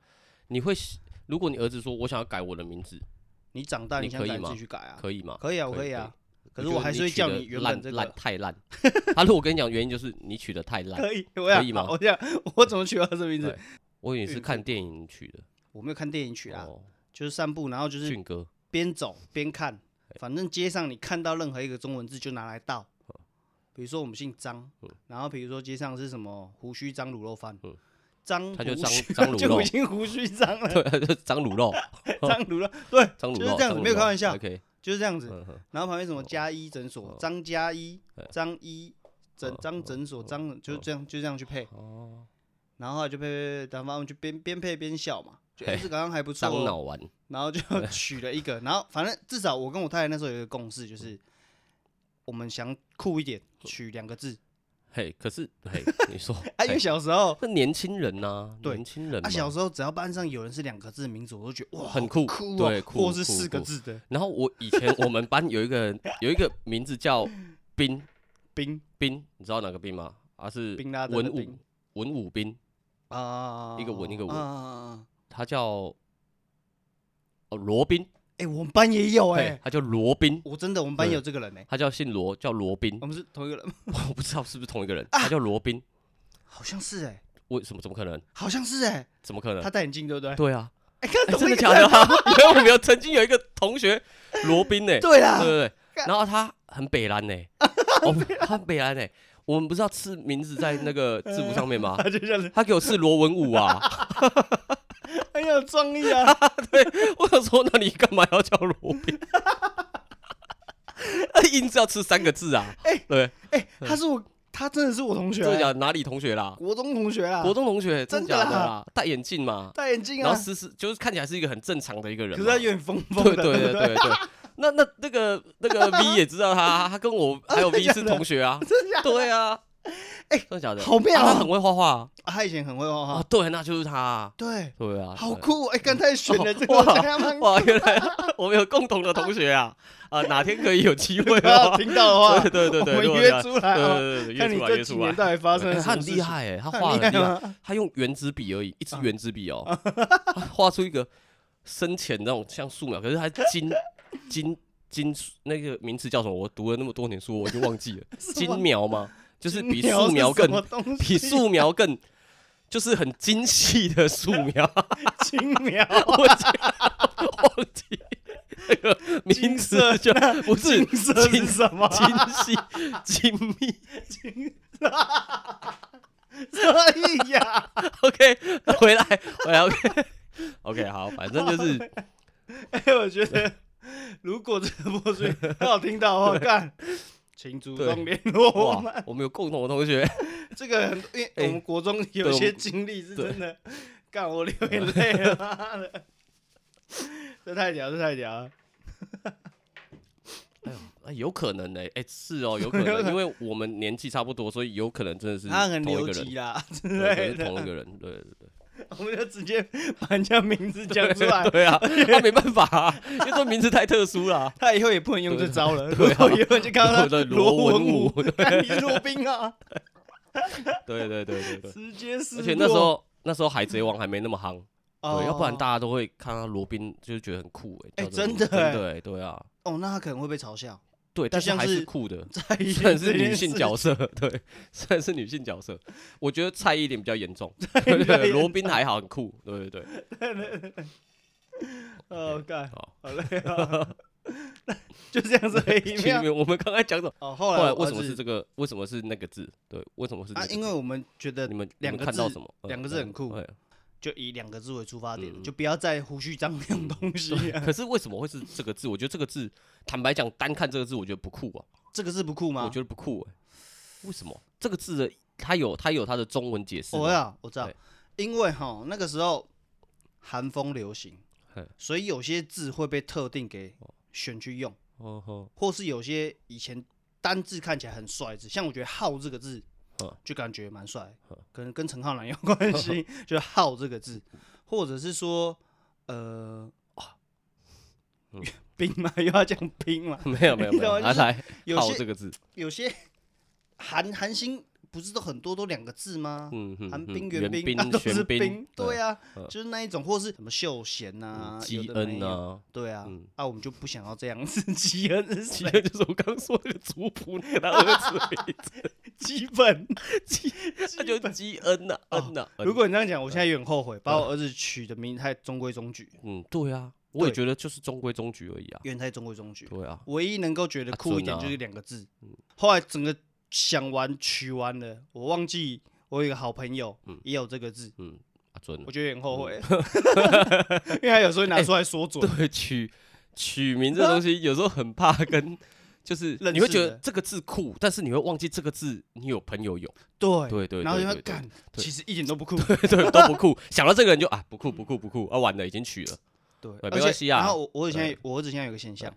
B: 你会喜，如果你儿子说我想要改我的名字，
A: 你长大
B: 你
A: 想
B: 可以
A: 改
B: 吗
A: 自己去改啊，
B: 可以吗？
A: 可以啊，我
B: 可以
A: 以啊。可是我还是会叫你原本这
B: 烂烂
A: 个。
B: 太烂。 他如果跟你讲原因，就是你取的太烂。
A: 可以，我想
B: 可以吗
A: 我想我怎么取到这名字
B: 对？我以为你是
A: 孕
B: 看电影取的。
A: 我没有看电影嗯取啦，
B: 哦，
A: 就是散步，然后就是
B: 俊哥，
A: 边走边看，反正街上你看到任何一个中文字就拿来倒。比如说我们姓张，然后比如说街上是什么胡须张卤肉饭
B: 嗯，
A: 张
B: 他就
A: 胡
B: 张
A: 须
B: 张卤
A: 就
B: 肉
A: 已经胡须张了，
B: 对，啊就是张卤肉，
A: 张卤肉对，
B: 张卤肉
A: 就是这样子
B: 张卤肉
A: 没有开玩笑
B: OK，
A: 就是这样子。
B: 嗯哼
A: 然后旁边什么加一诊所
B: 哦，
A: 张加一
B: 对、
A: 张一诊
B: 哦、
A: 张诊所、张，就这样就这样去配。
B: 哦，
A: 然后后来就配配配，然后我们就边边配边笑嘛，觉得
B: 嘿
A: 这个好像还不错
B: 张
A: 哦。
B: 脑丸，
A: 然后就 取了一个，然后反正至少我跟我太太那时候有一个共识，就是我们想酷一点，取两个字。，
B: 嘿，可是嘿，你说
A: 啊，因为
B: 嘿
A: 小时候
B: 那年轻人呐，
A: 对
B: 年轻人嘛
A: 啊，，小时候只要班上有人是两个字的名字，我都觉得哇
B: 很酷
A: 酷哦
B: 对，酷
A: 或是
B: 酷
A: 四个
B: 酷
A: 字的
B: 然后我以前我们班有一个人，有一个名字叫冰
A: 冰
B: 冰，你知道哪个冰吗？啊是
A: 冰拉登
B: 文
A: 的
B: 武
A: 冰
B: 文武兵，
A: 啊，
B: 一个文一个武
A: 啊啊啊啊
B: 他叫哦罗宾，
A: 哎，我们班也有
B: 对
A: 哎，，
B: 他叫罗宾，
A: 我真的我们班
B: 对嗯
A: 有这个人哎，
B: 他叫姓罗，叫罗宾
A: 我，们是同一个人吗，
B: 我不知道是不是同一个人，他叫罗宾，
A: 好像是哎，
B: 为什么怎么可能？
A: 好像是哎，
B: 怎么可能
A: 他？戴眼镜对不对？
B: 对啊，
A: 哎，看
B: 哎
A: 同
B: 真
A: 一
B: 的
A: 个
B: 假
A: 人
B: 的？ 啊？因为我们有曾经有一个同学罗宾呢，
A: 对啦
B: 对，对对，
A: 干
B: 然后他很北蓝呢、 我们他很北蓝呢、我们不是要刺名字在那 个字符上面吗？
A: 他就这样子，哎
B: 他给我刺罗文武啊！
A: 很有创意啊，
B: 我想说，那你干嘛要叫罗宾？ 他音字要吃三个字啊！
A: 哎
B: 对，
A: 哎，他是我，他真的是我同学
B: 真的
A: 哎，
B: 假的？哪里同学啦？
A: 国中同学啦，
B: 国中同学，
A: 真的
B: 假
A: 啦
B: 的啦？戴眼镜嘛，
A: 戴眼镜
B: 然
A: 啊
B: 后，思思就是看起来是一个很正常的一个人
A: 可
B: 嘛，
A: 是他有点疯疯
B: 对
A: 的，
B: 对对
A: 不
B: 对对。那那那个那个 V 也知道他，他跟我还有 V 是同学啊，
A: 真的假的
B: 对啊，
A: 哎
B: 真的假的？
A: 好妙
B: 啊他
A: 哦
B: 很会画画
A: 啊他以前很会画
B: 啊，
A: 画，
B: 对，那就是他啊，
A: 对，
B: 对啊，
A: 好
B: 对。
A: 酷哦，哎，刚才选的这个，
B: 哇
A: 我觉得还蛮
B: 哇，原来 我们有共同的同学啊！啊，哪天可以有 机会 的
A: 啊
B: 话，
A: 听到的话，
B: 对对对对，
A: 我们
B: 如果
A: 约
B: 这样
A: 出来啊
B: 对对对对，约
A: 看你
B: 出来
A: 这
B: 约
A: 几
B: 出来
A: 年。到底发生了
B: 对
A: 什
B: 他
A: 么
B: 很
A: 事
B: 厉
A: 情，
B: 害哎，
A: 他
B: 他
A: 很
B: 画
A: 厉
B: 得很厉
A: 害
B: 害
A: 吗，
B: 他用原子笔而已，一支
A: 啊
B: 原子笔哦， 他画出一个深浅那种像素描，可是他金金金那个名词叫什么？我读了那么多年书，我已经 忘记了，金描吗？就是比素描更
A: 更
B: 比素描更，就是很精细的素描。
A: 轻描，
B: 我竟然忘记那个名
A: 金
B: 字
A: 色
B: 就不 是
A: 金色是什么？啊
B: 精细精密。
A: 所以哎呀，
B: OK，回来回来 OK OK 好，反正就是
A: 哎，我觉得如果这个播出去很好听到的话，干，请主
B: 对
A: 动联络我们。
B: 哇， 我们有共同的同学，
A: 这个很，因为我
B: 哎
A: 们国中有
B: 对
A: 些
B: 我们
A: 经历是
B: 对
A: 真的，干我流眼泪了，妈的，这太屌，这太屌了，
B: 哎呦， 哎有可能呢、哎、是 哦，有可能，因为我们年纪差不多，所以有可能真的是
A: 他很
B: 同一
A: 留
B: 个
A: 级
B: 人，
A: 啦之
B: 对，
A: 类
B: 可
A: 的，
B: 能是同一个人，对对对。
A: 我们就直接把人家名字讲出来，
B: 对啊，他没办法、啊，因为这名字太特殊了、
A: 他以后也不能用这招了，
B: 对
A: 然后
B: 啊
A: 以后就看到他
B: 对
A: 罗
B: 罗
A: 文
B: 文
A: 武
B: 武，
A: 看你是罗宾啊，
B: 对对对对对。
A: 直接是。
B: 而且那时，候那时候海贼王还没那么夯，
A: 哦
B: 对，要不然大家都会看到罗宾就觉得很酷
A: 哎
B: 哎、
A: 真
B: 叫这个名
A: 的
B: 字真
A: 哎
B: 的哎、对啊，
A: 哦，那他可能会被嘲笑，
B: 对，但是
A: 像
B: 还
A: 是
B: 是酷 的，
A: 在
B: 虽然是女性角色，对， 虽然是女性角色，我觉得蔡依林比较严重，对
A: 比较
B: 对，
A: 严
B: 罗宾还好，很酷，对对对，
A: 哦，干，
B: 好。
A: 好累啊， 就这样子而 已。没
B: 前
A: 有
B: 面我们刚才讲什么？
A: 哦，后
B: 后
A: 来
B: 来
A: 我
B: 为什么是
A: 儿子
B: 这个？为什么是那个字？对，为什么是那
A: 啊？
B: 个字？
A: 因为我们觉得
B: 你们你
A: 两
B: 们
A: 个
B: 看到
A: 字
B: 什么？嗯
A: 两个字很酷
B: 对
A: 就以两个字为出发点，
B: 嗯
A: 就不要再胡须张那种东西啊。
B: 可是为什么会是这个字？我觉得这个字，坦白讲，单看这个字，我觉得不酷啊，
A: 这个字不酷
B: 我
A: 吗
B: 觉？得不酷哎。为什么这个字的它有它有它的中文解释吗？
A: 哦我知道，我知道
B: 对，
A: 因为哈那个时候韩风流行
B: 嘿，
A: 所以有些字会被特定给选去用。
B: 哦 吼
A: 或是有些以前单字看起来很帅的字，像我觉得“浩”这个字
B: 嗯，
A: 就感觉蛮帅
B: 嗯，
A: 可能跟陈浩南有关 系，就是“浩”这个字，或者是说，呃，
B: 嗯
A: 兵嘛，又要讲兵嘛，
B: 没有没有
A: 你
B: 没
A: 懂吗
B: 有，
A: 就
B: 来
A: 是
B: 来，
A: 有
B: 好
A: 些
B: 这个字，
A: 有些韩韩星 不是都很多都两个字吗？
B: 嗯嗯，
A: 寒
B: 嗯
A: 冰、
B: 元
A: 元
B: 兵、
A: 啊都是
B: 玄
A: 冰，对
B: 啊，
A: 啊
B: 嗯，
A: 就是那一种，或是什么秀贤呐、有
B: 基
A: 的没
B: 恩
A: 有，
B: 啊，
A: 对啊
B: 嗯，
A: 啊，我们就不想要这样子， 基恩是
B: 基
A: 谁
B: 恩就是我刚刚说那个族谱那个他 儿子的名字，
A: 基本。
B: 他就基恩呐，恩啊呐。恩
A: 哦如果你这样讲，我现在有点后悔，把我儿子取的名太中规中矩，
B: 嗯，对啊，我也
A: 对
B: 觉得就是中规中矩而已啊。
A: 有点太中规中矩。
B: 对啊，
A: 唯一能够觉得
B: 啊
A: 酷一
B: 准
A: 点
B: 啊
A: 就是两个字。后来整个想完取完了，我忘记我有一个好朋友也有这个字，
B: 嗯，啊准了嗯
A: 我。觉得有点后悔， 因为他有时候拿出来说准，
B: 对，取取名这东 西有时候很怕跟，就是
A: 认
B: 你会
A: 识
B: 觉得
A: 的
B: 这个字酷，但是你会忘记这个字你有朋友有。
A: 对
B: 对对，
A: 然后
B: 对
A: 就会
B: 对
A: 干，
B: 对
A: 其实一点都不酷，
B: 对 对都不 酷，想到这个人就啊不酷不
A: 嗯
B: 酷不酷啊完了已经取了，
A: 对，而
B: 对没
A: 且
B: 关系啊
A: 然后我我儿子现在
B: 对嗯
A: 我儿子现在有个现象，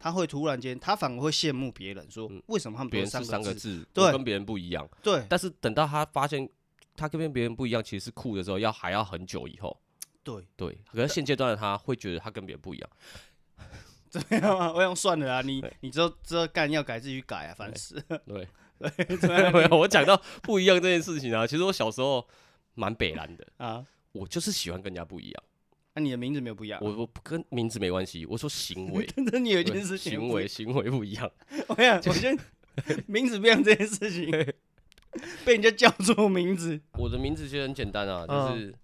A: 他会突然间，他反而会羡慕别人，说为什么他们都
B: 别人
A: 是三
B: 是三
A: 个
B: 个
A: 字？
B: 字，
A: 对
B: 我跟别人不一样。
A: 对
B: 但是等到他发现他跟别人不一样，其实是酷的时候，要还要很久以后。
A: 对，
B: 对，可是现阶段的他会觉得他跟别人不一样。
A: 没有啊，我想算了啊，你你之后之后干要改自己改啊，烦死。
B: 对，
A: 对
B: 没有，我讲到不一样这件事情啊，其实我小时候蛮北蓝的，
A: 啊，
B: 我就是喜欢跟人家不一样。
A: 那你的名字没有不一样，，
B: 我我不跟名字没关系，我说行为
A: 真的你有一啊
B: 对
A: 件事情
B: 行
A: 不
B: 为行为不一样。
A: 我想，我觉得 名字不一样这件事情， 被人家叫错名字，
B: 我的名字其实很简单啊，就是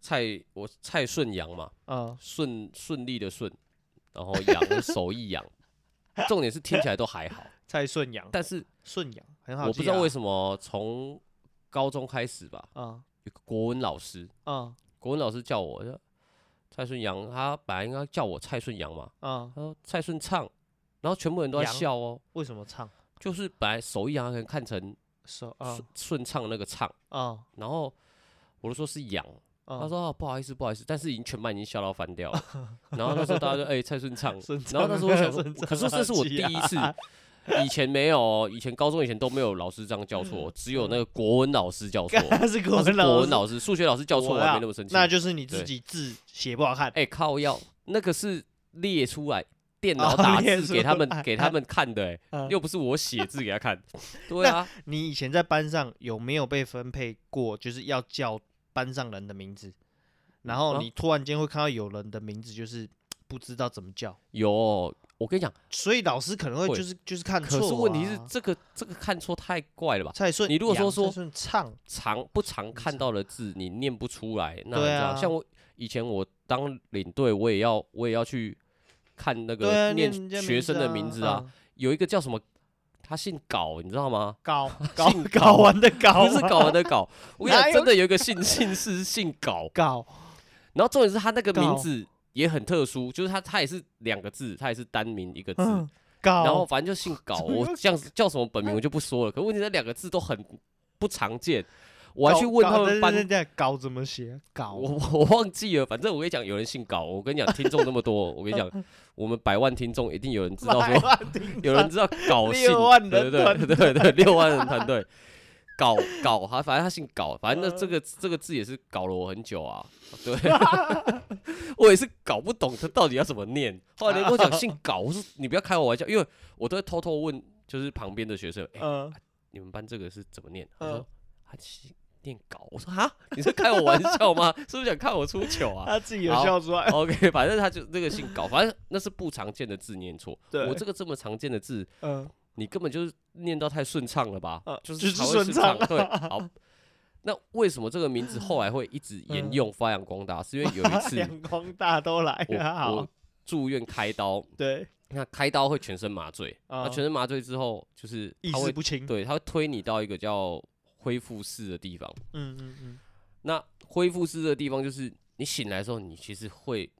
B: 蔡我蔡顺阳嘛，
C: 嗯，
B: 顺顺利的顺，然后阳是手艺阳，重点是听起来都还好，
C: 蔡顺阳，
B: 但是
C: 顺阳很好记
B: 我
C: 啊，
B: 不知道为什么从高中开始吧，
C: 啊
B: 有个国文老师，
C: 啊
B: 国文老师叫我呃蔡顺阳，他本来应该叫我蔡顺阳嘛，
C: 啊，
B: 他说蔡顺畅，然后全部人都在
C: 阳
B: 笑哦，
C: 为什么唱
B: 就是本来手艺阳可能看成
C: 手啊
B: 顺顺畅那个畅，
C: 啊
B: 然后我就说是阳，
C: 啊？
B: 他说、哦、不好意思不好意思，但是已经全班已经笑到翻掉了，然后那时候大家就哎、蔡顺畅，
C: 顺
B: 然后那时候我
C: 畅
B: 想说，
C: 顺
B: 可是
C: 畅
B: 这是我第
C: 记
B: 一次，以前没有哦，以前高中以前都没有老师这样叫错，只有那个国文老师叫错，
A: 干他是 国
B: 他
A: 文
B: 是国
A: 老
B: 文
A: 师，
B: 老师，数学老师叫错
A: 我
B: 我还
A: 啊
B: 没那么生气。
A: 那就是你自己字写不好看。
B: 哎靠要那个是列出来电脑
A: 哦
B: 打
A: 列
B: 字
A: 出
B: 给他们
A: 来
B: 给他们看的， 哎
A: 嗯，
B: 又不是我写字给他看，对啊，
C: 你以前在班上有没有被分配过，就是要叫班上人的名字，然
B: 啊
C: 后你突然间会看到有人的名字就是不知道怎么叫，
B: 有我跟你讲，
C: 所以老师可能会
B: 会
C: 就是就是看错、
B: 可
C: 啊。
B: 是问题是这个这个看错太怪了吧？
C: 蔡顺阳，
B: 你如果说说
C: 蔡顺畅，
B: 常不常看到的字，你念不出来，那
C: 对
B: 这样
C: 啊
B: 像我以前我当领队，我也要我也要去看那
C: 对
B: 个
C: 啊，
B: 念
C: 人家
B: 学生的名字
C: 嗯
B: 啊，，有一个叫什么，他姓搞，你知道吗？
C: 搞搞
B: 姓
C: 搞完的搞，啊
B: 不是搞完的搞，我跟 你
C: 哪
B: 讲，
C: 有
B: 真的有一个姓姓氏是姓搞，
C: 搞
B: 然后重点是他那个名
C: 搞
B: 字也很特殊，就是他他也是两个字，他也是单名一个字，
C: 嗯搞，
B: 然后反正就 姓搞，我这样子叫什么本名我就不说了，可问题是那两个字都很不常见，我还去问他们班
C: 人家搞怎么写，搞
B: 我我忘记了，反正我跟你讲，有人姓搞。我跟你讲，听众那么多，我跟你讲， 我们百万听众一定有人知道说， 有人知道搞姓，
C: 六万人
B: 对对对对对，六万人团队，搞搞他，反正他姓搞，反正那
C: 嗯
B: 这个这个字也是搞了我很久啊，对， 我也是搞不懂他到底要怎么念。后来人跟我讲姓搞，我说你不要开我玩笑，因为我都会偷偷问，就是旁边的学生，哎、
C: 嗯，
B: 你们班这个是怎么念？他
C: 嗯
B: 说他是念搞。我说哈，你是开我玩笑吗？是不是想看我出糗啊
C: 他自己有
B: 好
C: 笑出来，
B: ？OK，反正他就那个姓搞，反正那是不常见的字念错。
C: 对
B: 我这个这么常见的字，
C: 嗯，
B: 你根本就是念到太顺畅了吧？
C: 嗯
B: 就
C: 就是是
B: 才会
C: 顺
B: 畅
C: 畅。
B: 对，好。那为什么这个名字后来会一直沿用发扬光大？是因为有一 次
C: 两嗯光大都来
B: 我
C: 了，好
B: 我，住院开刀，
C: 对，
B: 那开刀会全身麻醉，那
C: 嗯
B: 全身麻醉之后就是
C: 意
B: 他会
C: 识不清，
B: 对，他会推你到一个叫恢复室的地方。
C: 嗯嗯嗯，
B: 那恢复室的地方就是你醒来的时候，你其实会，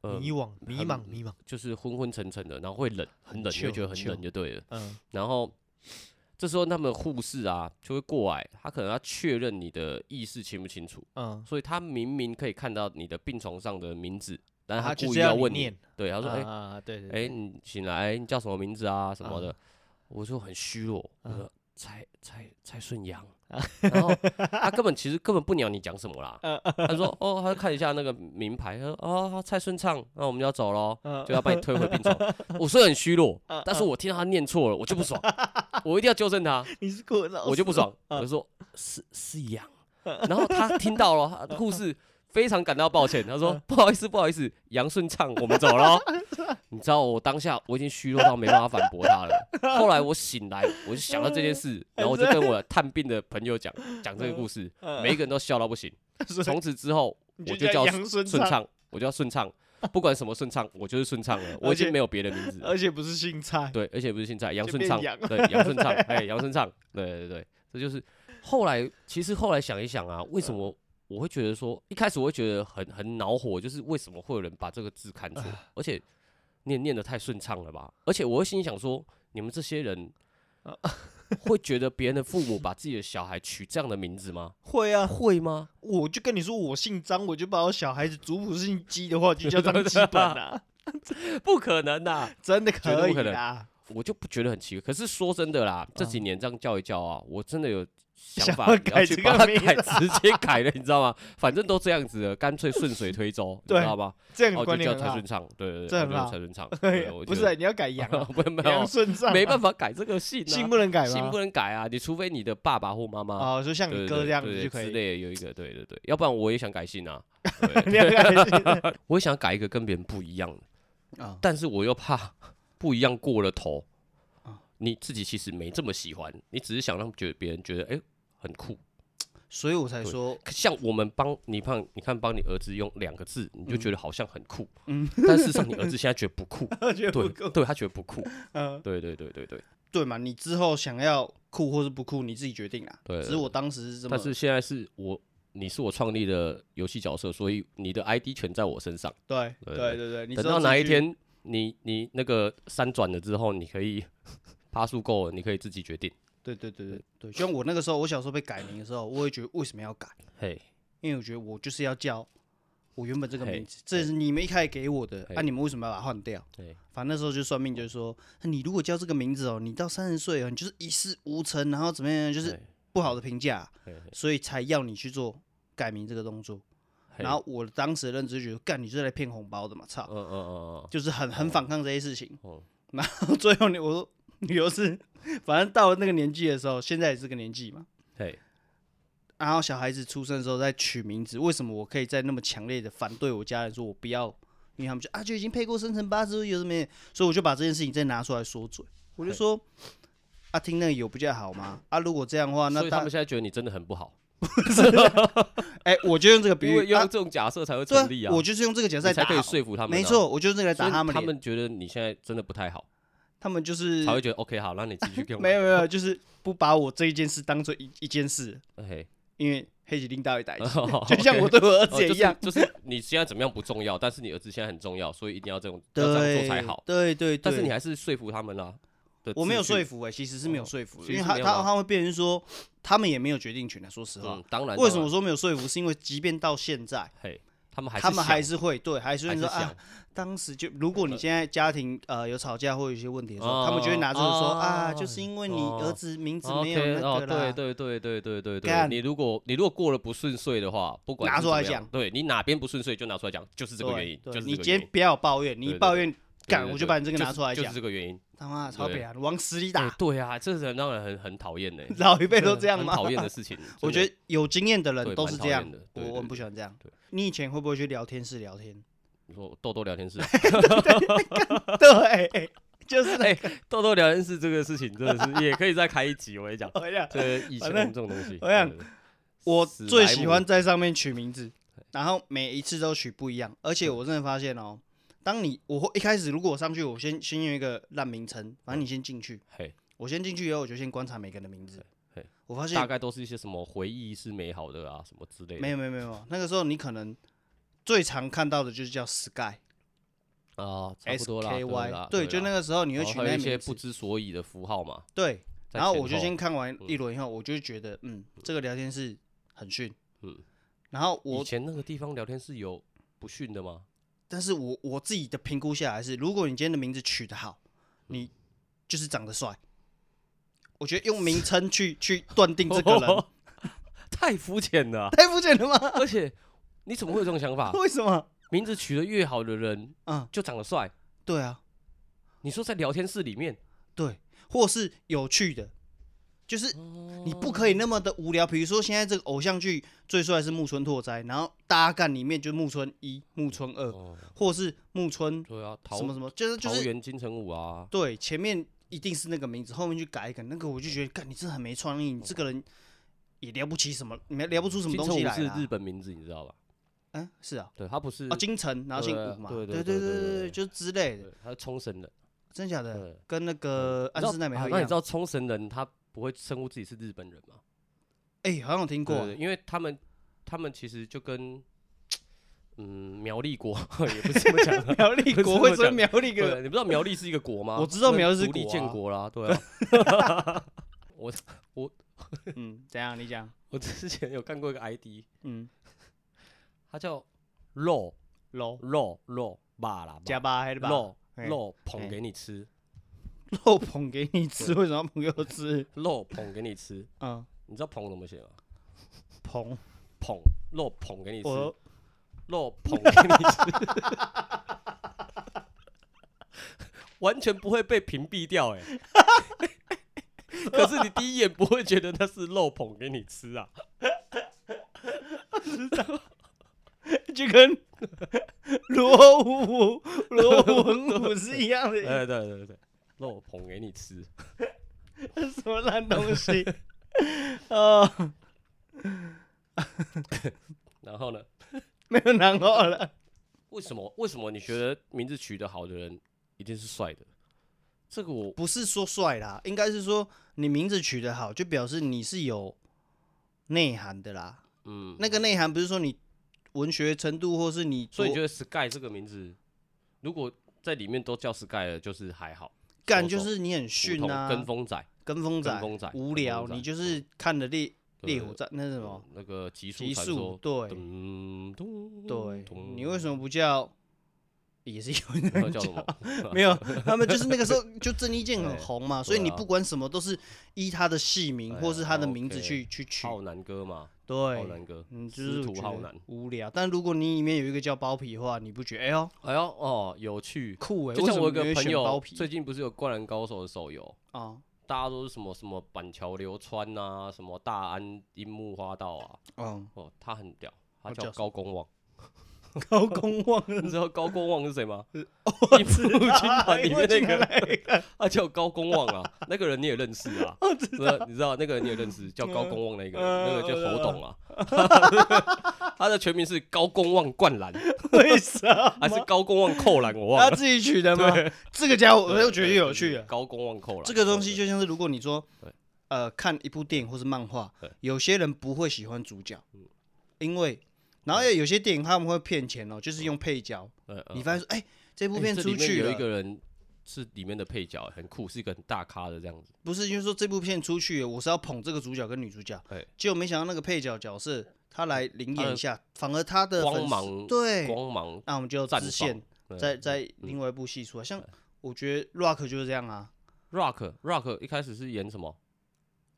B: 呃，
C: 迷惘，迷茫，
B: 很
C: 迷茫，
B: 就是昏昏沉沉的，然后会冷，很冷，你会
C: chill，
B: 觉得很
C: 很
B: 冷
C: chill
B: 就对了。
C: 嗯，
B: 然后这时候他们护士啊就会过来，他可能要确认你的意识清不清楚，
C: 嗯，
B: 所以他明明可以看到你的病床上的名字，但是
C: 他啊就
B: 故意
C: 是
B: 要
C: 你
B: 问
C: 念，
B: 对，他
C: 他
B: 说：“哎、
C: 啊，对对，
B: 哎、
C: 对，
B: 你醒来，你叫什么名字啊？什么的？”我就很虚弱，我
C: 嗯
B: 说：“蔡蔡蔡顺阳。”
C: 啊
B: 然后他根本其实根本不鸟你讲什么
C: 嗯
B: 啦，他说：“哦，他看一下那个名牌，他说：‘哦，蔡顺畅，那我们要走喽，
C: 嗯
B: 就要把你推回病床。’我虽然很虚弱，但是我听到他念错了，我就不爽。我一定要纠正他，
C: 你是国文老师，
B: 我就不爽，
C: 哦
B: 我就说
C: 嗯
B: 是是羊。然后他听到了，他护士非常感到抱歉，他
C: 嗯
B: 说不好意思，不好意思，杨顺畅，我们走了哦。 你知道我当下我已经虚弱到没办法反驳他了。后来我醒来，我就想到这件事，然后我就跟我探病的朋友讲讲这个故事，
C: 嗯
B: 每一个人都笑到不行。
C: 所以
B: 从此之后，
C: 你
B: 我
C: 就
B: 就叫
C: 杨嗯顺
B: 顺
C: 畅，
B: 畅，我就要顺畅，不管什么顺畅，我就是顺畅了，我
C: 而
B: 已经
C: 且
B: 没有别的名字了。
C: 而且不是姓蔡，
B: 对，而且不是现在杨
C: 就
B: 顺
C: 变
B: 畅，
C: 杨
B: 对 杨顺畅，哎，杨顺畅，对对对，这就是后来，其实后来想一想啊，为什么我会觉得说，一开始我会觉得很很恼火，就是为什么会有人把这个字看错，而且念念的太顺畅了吧？而且我会心里想说，你们这些 人会觉得别人的父母把自己的小孩取这样的名字吗？
C: 会啊，
B: 会吗？
C: 我就跟你说我姓张，我就把我小孩子族谱姓鸡的话，就叫张鸡本 啊，
B: 不可能啊呐、
C: 真的
B: 绝
C: 可
B: 对
C: 以
B: 不可能
C: 啦，
B: 我就不觉得很奇怪。可是说真的啦，这几年这样叫一叫啊，我真的有想
C: 嗯
B: 法
C: 想要
B: 你
C: 改
B: 要去
C: 这
B: 把
C: 个
B: 它
C: 名
B: 改， 直接改了，你知道吗？反正都这样子了，干脆顺水推舟，你
C: 对
B: 知道吧？
C: 这样的
B: 哦，
C: 观
B: 就
C: 念
B: 叫
C: 很
B: 蔡
C: 好
B: 顺。畅，对对
C: 这
B: 对，
C: 很
B: 我就
C: 好
B: 蔡顺畅，对
C: 对，不是，你要改
B: 没
C: 杨啊，
B: 有没
C: 杨
B: 有，
C: 顺畅啊，
B: 没办法改这个姓
C: 姓
B: 啊，
C: 不能改吗？
B: 姓不能改啊，你除非你的爸爸或妈妈。
C: 哦，就像
B: 对
C: 你
B: 对
C: 哥
B: 对
C: 这样子
B: 对
C: 就可
B: 之
C: 以。
B: 类的有一个，对对对，要不然我也想改姓啊，
C: 你要改 姓
B: 我也想改一个跟别人不一样的，
A: 啊，
B: 但是我又怕不一样过了头
A: 啊，
B: 你自己其实没这么喜欢，你只是想让觉得别人觉得哎、很酷。
A: 所以我才说，
B: 可像我们帮你帮你看帮你儿子用两个字，你就觉得好像很酷，
A: 嗯
B: 但事实上你儿子现在觉得 不酷，
C: 我觉得不
B: 对，
C: 够。
B: 对他觉得不酷，
C: 嗯，
B: 对对对对对。
A: 对嘛，你之后想要酷或是不酷，你自己决定啦。
B: 对
A: 只是我当时是这么
B: 但，是现在是我你是我创立的游戏角色，所以你的 ID 全在我身上。
A: 对
B: 对
A: 对对对，你
B: 等
A: 之后
B: 到哪
A: 自
B: 一
A: 己
B: 天你你那个三转了之后，你可以 趴数够了，你可以自己决定。
A: 对对对对对，就像我那个时候，我小时候被改名的时候，我也觉得为什么要改，
B: 嘿，
A: 因为我觉得我就是要叫我原本这个
B: 嘿
A: 名字，这是你们一开始给我的，
B: 嘿
A: 啊，你们为什么要把它换掉？
B: 对，
A: 反正那时候就算命就是说，你如果叫这个名字哦，你到三十岁哦，你就是一事无成，然后怎么样，就是
B: 嘿
A: 不好的评价
B: 嘿嘿，
A: 所以才要你去做改名这个动作。
B: 嘿
A: 然后我当时的认知就觉得，干你就是来骗红包的嘛，操
B: 嗯，嗯嗯嗯嗯，
A: 就是很很反抗这些事情。
B: 哦
A: 然后最后你我说理由是，反正到了那个年纪的时候，现在也是个年纪嘛，
B: 嘿，
A: 然后小孩子出生的时候再取名字，为什么我可以在那么强烈的反对我家人说我不要？因为他们就啊就已经配过生辰八字有什么，所以我就把这件事情再拿出来说嘴，我就说啊听那个有比较好吗？啊如果这样的话，
B: 所
A: 那
B: 以他
A: 大
B: 们现在觉得你真的很不好，
A: 哎、我就用这个比
B: 因为
A: 喻，
B: 用
A: 啊
B: 这种假设才会
A: 对啊
B: 成立啊，
A: 我就是用这个角
B: 你
A: 色来
B: 才
A: 打
B: 可以
A: 好，
B: 说服他们啊。
A: 没错，我就是这个来
B: 所
A: 打
B: 以
A: 他们
B: 他
A: 脸，
B: 们觉得你现在真的不太好，
A: 他们就是
B: 才会觉得 OK 好，那你继续跟我
A: 没有没有，就是不把我这一件事当做一一件事，
B: 嘿，
A: 因为黑吉领导也带，
B: 哦
A: 就像我对我儿子
B: 哦
A: 也
B: 就
A: 一样
B: 是，就是你现在怎么样不重要，但是你儿子现在很重要，所以一定要这种要这样
A: 对，
B: 做才好。
A: 对对对，
B: 但是你还是说服他们啦、的
A: 我没有
B: 秩序
A: 说服哎、其实是没有说服
B: 哦
A: 的，
B: 其
A: 因为
B: 实是
A: 他
B: 没有
A: 他
B: 吗
A: 他会变成说，他们也没有决定权啊。说实话
B: 嗯，，当然
A: 为什么？
B: 当然
A: 说没有说服？是因为即便到现在，
B: 嘿，他们还是
A: 他们还
B: 想
A: 是会对，还是
B: 还
A: 会
B: 是
A: 说
B: 想
A: 啊，当时就如果你现在家庭呃有吵架或有一些问题的时候，他们就会拿这个说啊，
B: 哦
A: 就是因为你
B: 哦
A: 儿子名字没
B: OK，
A: 有那
B: 哦，
A: 个
B: 对
A: 啦，
B: 对对对对对对，
A: 干
B: 你如果你如果过了不顺遂的话，不管
A: 拿
B: 是
A: 出来
B: 怎么样
A: 讲，
B: 对你哪边不顺遂就拿出来讲，就是这个原因，
A: 对
B: 就是
A: 你
B: 这
A: 今
B: 个原
A: 天
B: 因
A: 不要有抱怨，你
B: 对
A: 一
B: 对
A: 抱怨，
B: 对
A: 干
B: 对
A: 我就
B: 对
A: 把你这个
B: 就
A: 拿
B: 是
A: 出来
B: 就是
A: 讲，
B: 这个原因。
A: 他妈的超
B: 对
A: 北啊，往死里
B: 哎
A: 打，
B: 对啊，这人让人很很 讨厌呢，
A: 老一辈都这样
B: 很
A: 吗？
B: 讨厌的事情。
A: 我觉
B: 得。
A: 得有经验的
B: 对
A: 人都
B: 蛮
A: 是
B: 讨
A: 这样
B: 厌的，
A: 我
B: 对对
A: 我很不
B: 对
A: 喜欢这样
B: 对。
A: 你以前会不会去聊天室聊 天？
B: 你说豆豆聊 天室啊，
A: 对，就是那
B: 哎，豆豆聊天室这个事情真的是也可以再开一集，我跟你 讲，
A: 我跟你讲，
B: 这以
A: 反
B: 前这
A: 正
B: 种东西，
A: 我想
B: 对对对
A: 我
B: 史
A: 最
B: 莱
A: 喜
B: 姆
A: 欢在上面取名字，然后每一次都取不一样，而且我真的发现哦，当你我会一开始如果我上去，我先先用一个烂名称，反正你先进去，
B: 嘿，
A: 我先进去以后，我就先观察每个人的名字
B: 嘿，
A: 我发
B: 大
A: 现
B: 概都是一些什么回忆是美好的啊，什么之类的。
A: 没有没有没有没有，那个时候你可能最常看到的就是叫 Sky
B: 啊，差不
A: S
B: 多啦，
A: K
B: 对
A: Y，
B: 啦，
A: 对，
B: 啦
A: 就那个时候你
B: 然
A: 会
B: 后
A: 取
B: 还有
A: 那
B: 一些
A: 名
B: 不
A: 字，
B: 知所以的符号嘛。
A: 对，
B: 在
A: 然后
B: 前
A: 我就
B: 后
A: 先看完
B: 嗯
A: 一轮以后，我就觉得嗯，这个聊天室很逊，
B: 嗯
A: 然后我
B: 以前那个地方聊天室有不逊的吗？
A: 但是我我自己的评估下来是，如果你今天的名字取得好，你就是长得帅。我觉得用名称去去断定这个人
B: 太肤 浅了啊，
A: 太肤浅了吗？
B: 而且你怎么会有这种想法？
A: 为什么？
B: 名字取得越好的人
A: 嗯，
B: 就长得帅。
A: 对啊，
B: 你说在聊天室里面，
A: 对，或是有趣的，就是你不可以那么的无聊。比如说现在这个偶像剧最帅是木村拓哉，然后搭干里面就木村一、木村二，
B: 哦，
A: 或是木村
B: 对啊，桃
A: 呃什么什么，就是就
B: 桃
A: 是
B: 园金城武啊，
A: 对前面一定是那个名字，后面去改一个那个，我就觉得干你真的很没创意，你这个人也聊不起什么，没聊不出什么
B: 金
A: 东
B: 城
A: 西
B: 武
A: 来
B: 是
A: 啦
B: 日本名字，你知道吧？
A: 嗯，是啊，
B: 对他不是
A: 哦，京城，然后姓
B: 对
A: 武嘛，
B: 对对
A: 对
B: 对对
A: 对
B: 对对
A: 对，就是之类的，
B: 对他是冲绳人。
A: 真假的，
B: 对，
A: 跟呃那个
B: 你
A: 安
B: 知道
A: 室奈美
B: 啊
A: 惠一
B: 那你
A: 样
B: 知。道冲绳人他不会称呼自己是日本人吗？
A: 哎、好像有听过啊、。
B: 对， 因为他们他们其实就跟嗯苗栗国 也不是这么讲 的
A: 苗栗国会说苗栗
B: 对，
A: 个
B: 你不知道苗栗是一个国吗？
A: 我知道苗栗是
B: 独立
A: 国啊
B: 建国啦，对啊。我
A: 嗯，怎样？你讲，
B: 我之前有看过一个 ID，
A: 嗯，
B: 他叫肉
A: 肉
B: 肉肉爸啦，
A: 加巴还是吧？哎
B: 肉
A: 嘿
B: 肉
A: 嘿
B: 捧给你吃，
A: 肉捧给你吃，为什么要捧给我吃？
B: 肉捧给你吃，
A: 嗯，
B: 你知道捧怎么写吗？
A: 捧
B: 捧肉捧给你吃，
A: 我
B: 肉捧给你吃，完全不会被屏蔽掉哎、可是你第一眼不会觉得那是肉捧给你吃啊？
A: 就跟 罗武罗文武是一样 的，
B: 哎，对对对对，肉捧给你吃，
A: 什么烂东 西？哦，
B: 然后呢？
A: 没有然后了。
B: 为什么？为什么你觉得名字取得好的人一定是帅的？这个我
A: 不是说帅啦，应该是说你名字取得好，就表示你是有内涵的啦。
B: 嗯，
A: 那个内涵不是说你文学程度，或是你
B: 所以你
A: 多
B: 觉得 Sky 这个名字，如果在里面都叫 Sky 了，就是还好，
A: 干
B: 说
A: 就
B: 说
A: 是你很
B: 普
A: 逊
B: 通
A: 啊，
B: 跟风仔，
A: 跟风仔，
B: 跟风仔
A: 无聊，
B: 跟风仔
A: 你就是看了烈
B: 对
A: 烈火战那是什么
B: 嗯那个极速
A: 极
B: 传
A: 速，
B: 说，
A: 对
B: 咚咚
A: 对，
B: 咚
A: 你为什么不叫？也是有
B: 不知道
A: 人
B: 叫什
A: 叫，
B: 么？
A: 没有，他们就是那个时 候就郑伊健很红嘛，所以你
B: 对啊
A: 不管什么都是依他的戏名
B: 哎
A: 或是他的
B: ，OK
A: 名字去去取，
B: 浩南哥嘛，浩
A: 对，
B: 南哥，
A: 嗯，就
B: 师
A: 是我
B: 徒
A: 觉
B: 浩
A: 得
B: 南。
A: 无聊。但如果你里面有一个叫包皮的话，你不觉得哎呦
B: 哎呦哦，有趣。
A: 酷哎、欸？
B: 就
A: 为
B: 像
A: 什
B: 我有
A: 么没
B: 个
A: 有
B: 朋
A: 选包
B: 友，
A: 皮
B: 最近不是有《灌篮高手》的手游，
A: 啊
B: 大家都是什么什么板桥流川啊，什么大安樱木花道啊，
A: 嗯，
B: 哦，他很屌，他
A: 他
B: 叫
A: 叫什么
B: 高公望。
A: 高公望
B: 你
A: 的
B: 知道高公望是 谁吗？一部军团
A: 哎
B: 里面那个，
A: 个，
B: 他叫高公望啊， 那个人你也认识 啊？知道，你知道那个人你也认识，叫高公望那个人，那
A: 嗯
B: 个
A: 我
B: 叫
A: 知道
B: 侯董啊。 他的全名是高公望灌篮，
A: 为啥？
B: 还是高公望扣篮？我忘
A: 他
B: 了。
A: 自己取的吗？这个家伙哎我
B: 对
A: 又觉得
B: 对
A: 有
B: 就是
A: 趣了。啊
B: 高公望扣篮
A: 这个东西就像是如果你说
B: 对，
A: 呃，看一部电影或是漫画
B: 对，
A: 有些人不会喜欢主角
B: 嗯，
A: 因为然后有些电影他们会骗钱哦，就是用配角。
B: 对嗯
A: 你发现说，哎，这部
B: 哎
A: 片
B: 这
A: 出
B: 里面
A: 去
B: 有一
A: 了，
B: 个人是里面的配角，很酷，是一个很大咖的这样子。
A: 不是就是说这部片出去了，我是要捧这个主角跟女主角
B: 对，
A: 结果没想到那个配角角色他来领
B: 哎他
A: 演
B: 的
A: 一下，反而他的
B: 光
A: 粉丝
B: 芒
A: 对，
B: 光芒
A: 那我们就
B: 绽
A: 支线
B: 放
A: 在
B: 嗯
A: 在另外一部戏出来，像我觉得 Rock 就是这样啊，
B: Rock Rock 一开始是演什么？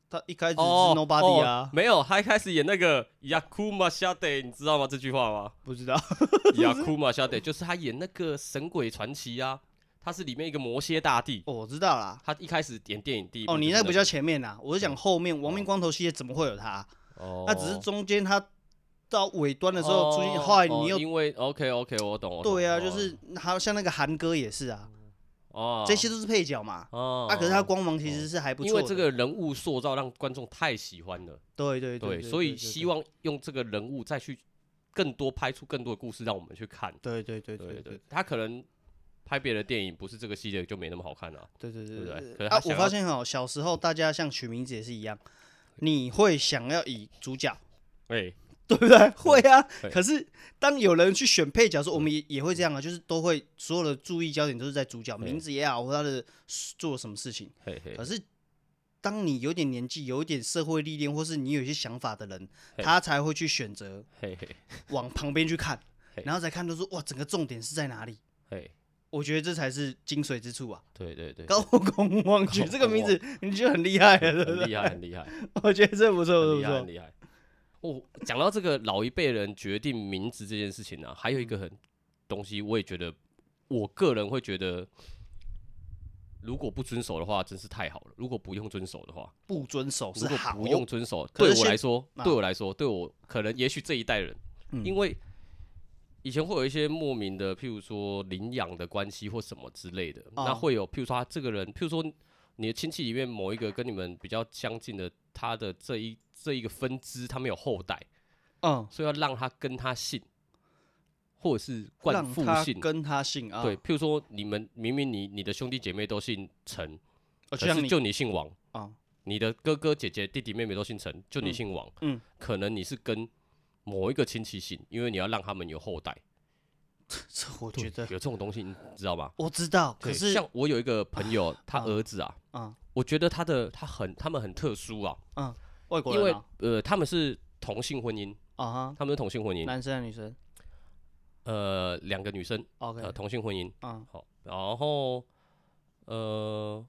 A: 他一开始是 Nobody
B: 哦
A: 啊，
B: 没有，他一开始演那个 Yakuma s h a d e 你知道吗？这句话吗
A: 不知道，
B: ？Yakuma s h a d e 就是他演那个《神鬼传奇》啊，他是里面一个魔蝎大帝。
A: 哦我知道啦。
B: 他一开始演电影第一部
A: 哦，你
B: 就是
A: 那
B: 那
A: 个不叫前面呐，我是讲后面亡
B: 哦
A: 命光头系列怎么会有他？
B: 个哦，
A: 那只是中间他到尾端的时
B: 哦
A: 候出现，后来你
B: 哦
A: 又
B: 因为 OK OK，我懂我懂。
A: 对啊，
B: 哦
A: 就是还有像那个韩哥也是啊，
B: 哦，
A: 这些都是配角嘛。
B: 哦，
A: 啊，可是他光芒其实是还不
B: 因
A: 错
B: 为
A: 的，
B: 这个人物塑造让观众太喜欢了，
A: 对对
B: 对，
A: 对，
B: 所以
A: 对
B: 希望用这个人物再去更多拍出更多的故事，让我们去看。
A: 对对对
B: 对
A: 对
B: 对
A: 对，
B: 他可能拍别的电影不是这个系列就没那么好看了、
A: 对对
B: 对不对
A: 对
B: 可是他
A: 啊，我
B: 想要
A: 发现哦，小时候大家像取名字也是一样，你会想要以主角，
B: 哎、
A: 对不对？ 会啊
B: 对。嗯
A: 可是当有人去选配角的时候，我们也也会这样啊，就是都会所有的注意焦点都是在主角
B: 对
A: 名字也好，或他的做什么事情。
B: 嘿嘿
A: 可，是当你有点年纪、有一点社会历练，或是你有一些想法的人，
B: 嘿
A: 他才会去选择
B: 嘿嘿
A: 往旁边去看
B: 嘿，
A: 然后才看到说哇，整个重点是在哪里？
B: 嘿，
A: 我觉得这才是精髓之处啊！
B: 对对对，
A: 高空望举这个名字，你就很厉害了，对不
B: 很厉
A: 对？
B: 害，很厉害，
A: 我觉得这不错，不
B: 很厉害，很
A: 错。
B: 厉害。哦，讲到这个老一辈人决定名字这件事情啊，还
A: 嗯
B: 有一个很东西，我也觉得，我个人会觉得如果不遵守的话，真是太好了。如果不用遵守的话，
A: 不遵守
B: 如
A: 是
B: 果
A: 好，
B: 不用遵守，
A: 可是
B: 对我
A: 现
B: 来说，
A: 啊
B: 对我来说，对我可能也许这一代人，
A: 嗯
B: 因为以前会有一些莫名的，譬如说领养的关系或什么之类的，
A: 哦
B: 那会有譬如说他这个人，譬如说你的亲戚里面某一个跟你们比较相近的，他的这一这一个分支，他没有后代，
A: 嗯，
B: 所以要让他跟他姓，或者是冠
A: 让
B: 父
A: 他
B: 姓。
A: 跟他姓啊，
B: 对，，譬如说你们明明你你的兄弟姐妹都姓陈，
A: 哦、就
B: 可
A: 像
B: 是
A: 你
B: 就你姓王，
A: 啊，
B: 你的哥哥姐姐弟弟妹妹都姓陈，就你姓王，
A: 嗯嗯
B: 可能你是跟某一个亲戚姓，因为你要让他们有后代。
A: 这我觉得
B: 有这种东西，你知道吗？
A: 我知道，可
B: 对
A: 是
B: 像我有一个朋友，他儿子啊，
A: 啊
B: 我觉得他的他很他们很特殊啊，
A: 外国
B: 因为
A: 人啊
B: 呃他们是同性婚姻，
A: 啊哈，
B: 他们是同性婚姻，
A: 男生啊还是女生
B: 呃两个女生
A: ？OK，
B: 呃同性婚姻，
A: 啊
B: 好，然后呃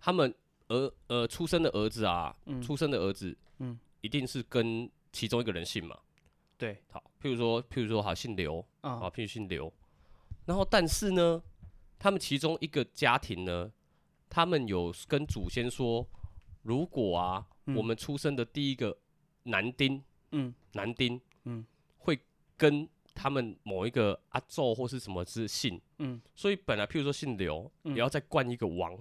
B: 他们儿呃出生的儿子啊，
A: 嗯
B: 出生的儿子，
A: 嗯
B: 一定是跟其中一个人姓嘛，
C: 对，
B: 好，譬如说，譬如说，好姓刘啊，
A: 啊
B: 譬如姓刘，然后但是呢，他们其中一个家庭呢，他们有跟祖先说，如果啊，我
A: 嗯
B: 们出生的第一个男丁，
A: 嗯
B: 男丁，
A: 嗯，
B: 会跟他们某一个阿昼或是什么之姓，
A: 嗯
B: 所以本来譬如说姓刘，
A: 嗯
B: 也要再冠一个王，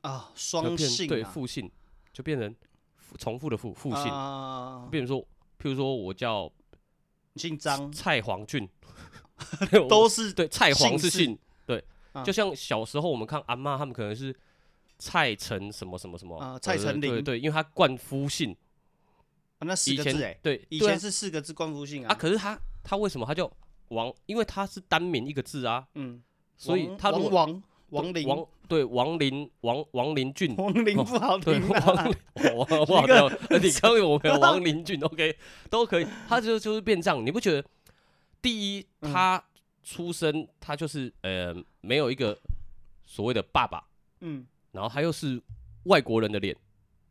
A: 啊，
B: 就
A: 双
B: 变
A: 姓
B: 对
A: 啊
B: 复姓，就变成复重复的复复姓，
A: 啊，
B: 变成说，譬如说我叫
A: 你姓张
B: 蔡 黄俊，我
A: 嗯都是
B: 对，蔡黄
A: 姓
B: 是
A: 氏
B: 姓，对，
A: 啊
B: 就像小时候我们看阿嬷他们可能是蔡陈什么什么什么，
A: 啊
B: 呃
A: 蔡陈
B: 对
A: 林
B: 对，因为他冠夫姓，
A: 啊那四
B: 以
A: 个
B: 前
A: 字哎，
B: 对，
A: 以
B: 对啊
A: 前是四个字冠夫姓
B: 啊，
A: 啊，
B: 可是他他为什么他叫王？因为他是单名一个字啊，
A: 嗯，
B: 所以
A: 王
B: 他
A: 王
B: 如果
A: 王王林
B: 王对王林王王林俊。
A: 王林不好
B: 对，
A: 听
B: 王
A: 啊，
B: 林， 我我我好像有你刚有没有王林俊？OK，都可以，他就就是变这样，你不觉得？第一，
A: 嗯
B: 他出生他就是呃没有一个所谓的爸爸，
A: 嗯，
B: 然后他又是外国人的脸，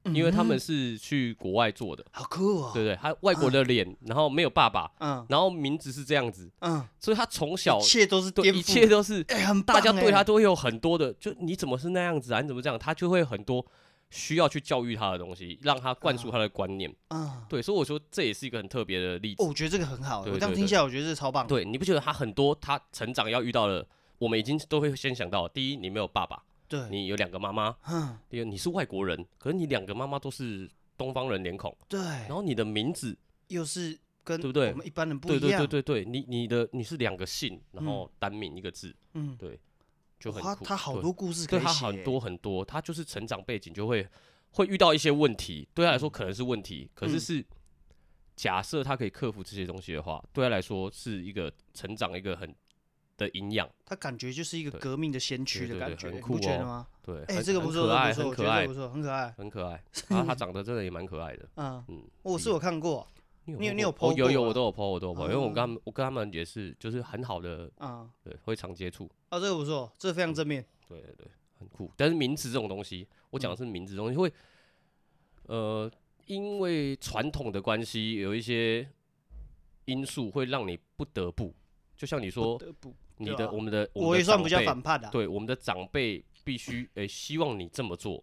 B: 因为他们是去国外做的，
A: 嗯好酷哦，
B: 对不对？他外国的脸，然后没有爸爸，
A: 嗯
B: 然后名字是这样子，
A: 嗯，
B: 所以他从小
A: 一切都是
B: 对
A: 颠覆，
B: 一切都是
A: 哎很
B: 大家
A: 棒
B: 对他
A: 哎
B: 都会有很多的，就你怎么是那样子啊？你怎么这样？他就会很多需要去教育他的东西，让他灌输他的观念。
A: 啊，
B: 对，所以我说这也是一个很特别的例
A: 哦
B: 子。
A: 我觉得这个很好，
B: 对
A: 我这样
B: 对
A: 听
B: 对
A: 起来我觉得这超棒，
B: 对，你不觉得他很多他成长要遇到的，我们已经都会先想到，第一，你没有爸爸，
A: 对，
B: 你有两个妈妈，
A: 嗯
B: 第二，你是外国人，可是你两个妈妈都是东方人脸孔，
A: 对，
B: 然后你的名字，
A: 又是跟
B: 对不对
A: 我们一般人不
B: 对
A: 一
B: 对
A: 样，
B: 对对对，你你的你是两个姓，然后单名一个字，
A: 嗯，
B: 对，就很
A: 哇
B: 酷。
A: 他好
B: 对
A: 多故事可
B: 对
A: 以
B: 他
A: 写，欸
B: 很多很多，他就是成长背景就会会遇到一些问题，对他来说可能是问题，可
A: 嗯
B: 是是假设他可以克服这些东西的话，对他来说是一个成长一个很的营养，
A: 他感觉就是一个
B: 对
A: 革命的先驱
B: 对
A: 的
B: 对
A: 感
B: 对
A: 觉，
B: 很
A: 你
B: 酷
A: 不觉得
B: 哦
A: 吗？
B: 对，
A: 哎，
B: 很
A: 这个不
B: 很
A: 错，这
B: 可
A: 个
B: 爱，
A: 不错，
B: 很
A: 我觉得
B: 可
A: 这
B: 爱
A: 个不，错，很可爱，
B: 很 可爱。然后他长得真的也蛮可爱的，
A: 嗯，
B: 嗯，
A: 我是有看过，你有你有 po
B: 剖，有
A: 过
B: 有
A: 吗
B: 我都有 PO，我都有 PO，因为
A: 哦
B: 我跟他们我跟他们也是就是很好的，
A: 啊，
B: 对，会常接触，
A: 哦，这个不错，这个
C: 嗯
A: 非常正面，
B: 对对对，很酷。但是名字这种东西，我
A: 嗯
B: 讲的是名字这种东西会，呃，因为传统的关系，有一些因素会让你不得不，就像你
A: 不
B: 说
A: 得不，
B: 你
A: 对
B: 的
A: 啊
B: 我们的我
A: 我
B: 们
A: 也
B: 的
A: 算
B: 长
A: 不叫
B: 辈，
A: 反叛的，啊
B: 对我们的长辈必须诶希望你这么做。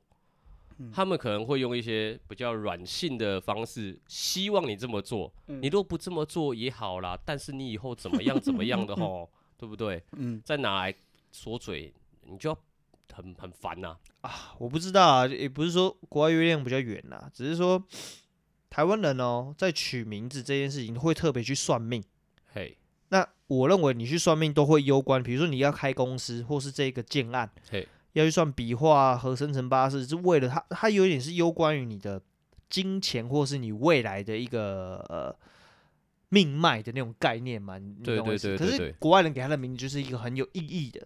A: 嗯
B: 他们可能会用一些比较软性的方式，希望你这么做。
A: 嗯
B: 你若不这么做也好啦，但是你以后怎么样怎么 样的吼，对不对？
A: 嗯
B: 再拿来说嘴，你就要很很烦呐、
C: 啊，我不知道啊，也不是说国外月亮比较圆呐、只是说台湾人哦，在取名字这件事情会特别去算命。
B: 嘿，
C: 那我认为你去算命都会攸关，比如说你要开公司或是这个建案，
B: 嘿，
C: 要去算笔画、和生辰八字，是为了它，它有点是攸关于你的金钱或是你未来的一个呃命脉的那种概念嘛。你你
B: 对
C: 懂我
B: 对
C: 意思
B: 对
C: 可
B: 对
C: 是
B: 对
C: 国外人给他的名字就是一个很有意义的，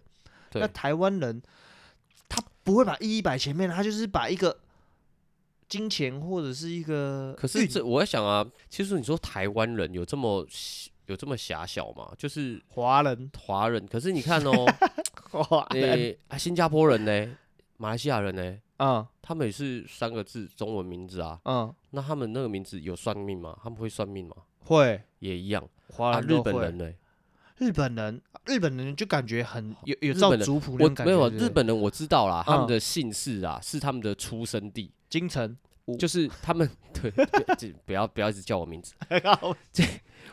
B: 对
C: 那台湾人他不会把意义摆前面，他就是把一个金钱或者是一个
B: 可是这我在想啊，其实你说台湾人有这么狭有这么狭小吗？就是
C: 华人
B: 华人，可是你看 哦，
C: 华人
B: 诶、啊新加坡人呢，马来西亚人呢，
C: 嗯
B: 他们也是三个字中文名字啊。
C: 嗯
B: 那他们那个名字有算命吗？他们会算命吗？
C: 会
B: 也一样
C: 华
B: 啊。
C: 人
B: 日
C: 都
B: 本
C: 会
B: 人呢？
C: 日本人，
A: 日本人就感觉很有有
B: 日
A: 照
B: 本人
A: 族谱那
B: 我
A: 种感
B: 没
A: 觉。对
B: 有
A: 不对
B: 日本人，我知道
C: 啊
B: 啦，他
A: 嗯
B: 们的姓氏啊是他们的出生地，
A: 京城，
B: 就是他们 对，对这不要不要一直叫我 名字。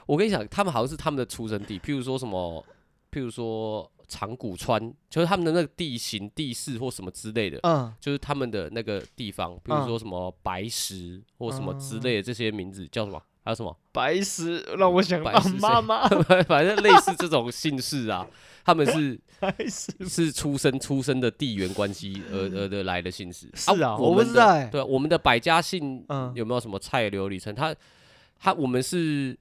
B: 我跟你讲，他们好像是他们的出生地，譬如说什么，譬如说长谷川，就是他们的那个地形、地势或什么之类的，
A: 嗯，
B: 就是他们的那个地方，比如
A: 嗯
B: 说什么白石或什么之类的这些名字叫什么？还有什么？
A: 白石让我想
B: 白
A: 到
B: 石谁
A: 妈 妈，
B: 反正类似这种姓氏啊，他们是
A: 白石
B: 是出生出生的地缘关系而而的来的姓氏。
A: 嗯是啊，
B: 我
A: 不
B: 们
A: 知
B: 的
A: 道哎，
B: 对啊，我们的百家姓
A: 嗯
B: 有没有什么蔡刘李陈？他他我们是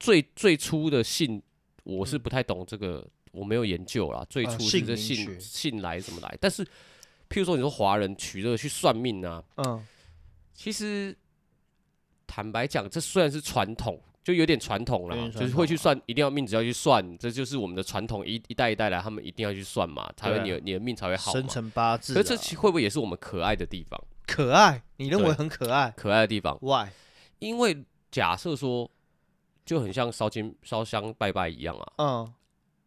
B: 最最初的姓，我
D: 嗯
B: 是不太懂这个，我没有研究
D: 啊
B: 啦。最
A: 呃
B: 初
A: 姓
B: 是这
A: 名
B: 姓
A: 学
B: 姓来怎么来？但是譬如说你说华人取这个去算命啊，
A: 嗯
B: 其实坦白讲，这虽然是传统。就有点传统
D: 有
B: 啦，
D: 点传
B: 就是会去
D: 统啊
B: 算，一定要命，只要去算，这就是我们的传统，一一代一代来，他们一定要去算嘛，才会
D: 对啊
B: 你的你的命才会好嘛
D: 生。辰八字
B: 可
D: 啊，
B: 是这其会不会也是我们可爱的地方？
D: 可爱
A: 你认为
B: 对
A: 很可爱
B: 可爱的地方，
D: ，why？
B: 因为假设说，就很像烧金烧香拜拜一样啊，
A: 嗯，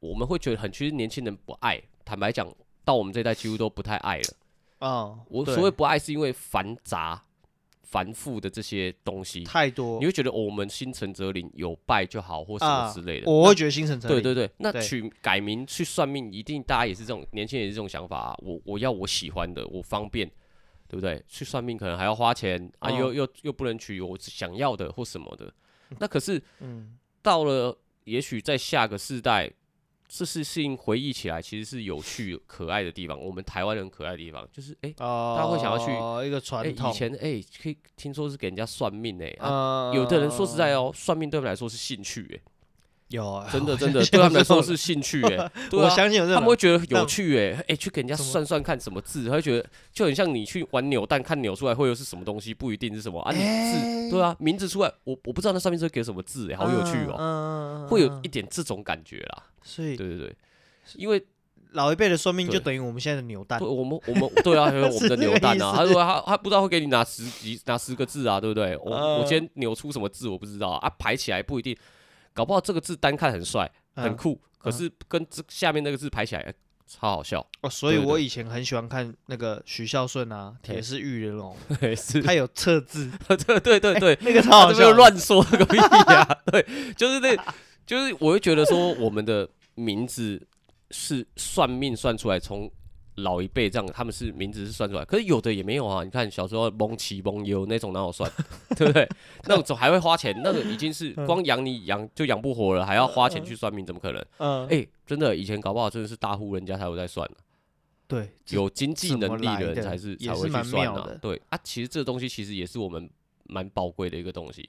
B: 我们会觉得很，其实年轻人不爱，坦白讲，到我们这一代几乎都不太爱了。
A: 哦，
B: 我
A: 对
B: 所谓不爱，是因为繁杂、繁复的这些东西，
A: 太多
B: 你，会觉得、哦、我们心诚则灵，有拜就好，或什
A: 啊
B: 么之类的。
A: 我会觉得心诚则
B: 对
A: 灵。
B: 对对，那
A: 对
B: 取改名去算命，一定大家也是这种年轻人也是这种想法啊。我我要我喜欢的，我方便，对不对？去算命可能还要花钱啊，
A: 哦
B: 又又又不能取我想要的或什么的。那可是
A: 嗯，
B: 到了也许在下个世代，这事情回忆起来其实是有趣可爱的地方。我们台湾人可爱的地方就是，哎、
D: 哦，
B: 大家会想要去
D: 一个
B: 哎、
D: 传统，
B: 以前哎、可以听说是给人家算命哎、啊
A: 呃
B: 有的人说实在哦，算命对他们来说是兴趣
A: 有
B: 哎、
A: 啊，
B: 真 的
A: 我
B: 真
A: 相
B: 的
A: 信
B: 对他们来
A: 有
B: 说
A: 这种
B: 是兴趣哎、对
A: 我
B: 啊，
A: 相信有这
B: 他们
A: 种
B: 会觉得
A: 那
B: 有趣哎、哎、去给人家
A: 什么
B: 算算看什么字，他会觉得就很像你去玩扭蛋，看扭出来会有是什么东西，不一定是什么啊，你字对啊，名字出来，我我不知道那上面是会给什么字、哎，好有趣哦、
A: 哎嗯嗯嗯
B: 会有
A: 嗯
B: 一点这种感觉啦。
A: 所以
B: 对对对，因为
A: 老一辈的算命就
B: 对
A: 等于我们现在的扭蛋
B: 对，我们我们对啊，还有我
A: 啊
B: 们的
A: 这
B: 扭
A: 个
B: 蛋
A: 意
B: 啊，
A: 思
B: 他说他他不知道会给你拿十几拿十个字啊，对不对？我、
A: 呃
B: 我今天扭出什么字我不知道啊，啊排起来不一定，搞不好这个字单看很帅很
A: 嗯
B: 酷，可
A: 嗯
B: 是跟这下面那个字排起来、哎超好笑，
A: 哦，所以
B: 对对
A: 我以前很喜欢看那个许孝顺啊，
B: 对
A: 铁是玉人 龙，
B: 对是，
A: 他有测 字，
B: 对对对对，
A: 那个超
B: 他
A: 好
B: 这边
A: 笑，
B: 乱说个屁呀、对，就是那，就是我会觉得说我们的名字是算命算出来，从老一辈这样，他们是名字是算出来，可是有的也没有啊。你看小时候蒙奇蒙优那种哪有算， 对不对？那种还会花钱，那个已经是
A: 嗯
B: 光养你养就养不活了，还要花钱去算命，怎么可能？
A: 嗯，
B: 哎、真的，以前搞不好真的是大户人家才有在算、
A: 对，这
B: 有经济能力的人才
A: 怎么来
B: 是
A: 的
B: 才会
A: 也是蛮
B: 去算
A: 妙
B: 啊
A: 的。
B: 对啊，其实这东西其实也是我们蛮宝贵的一个东西。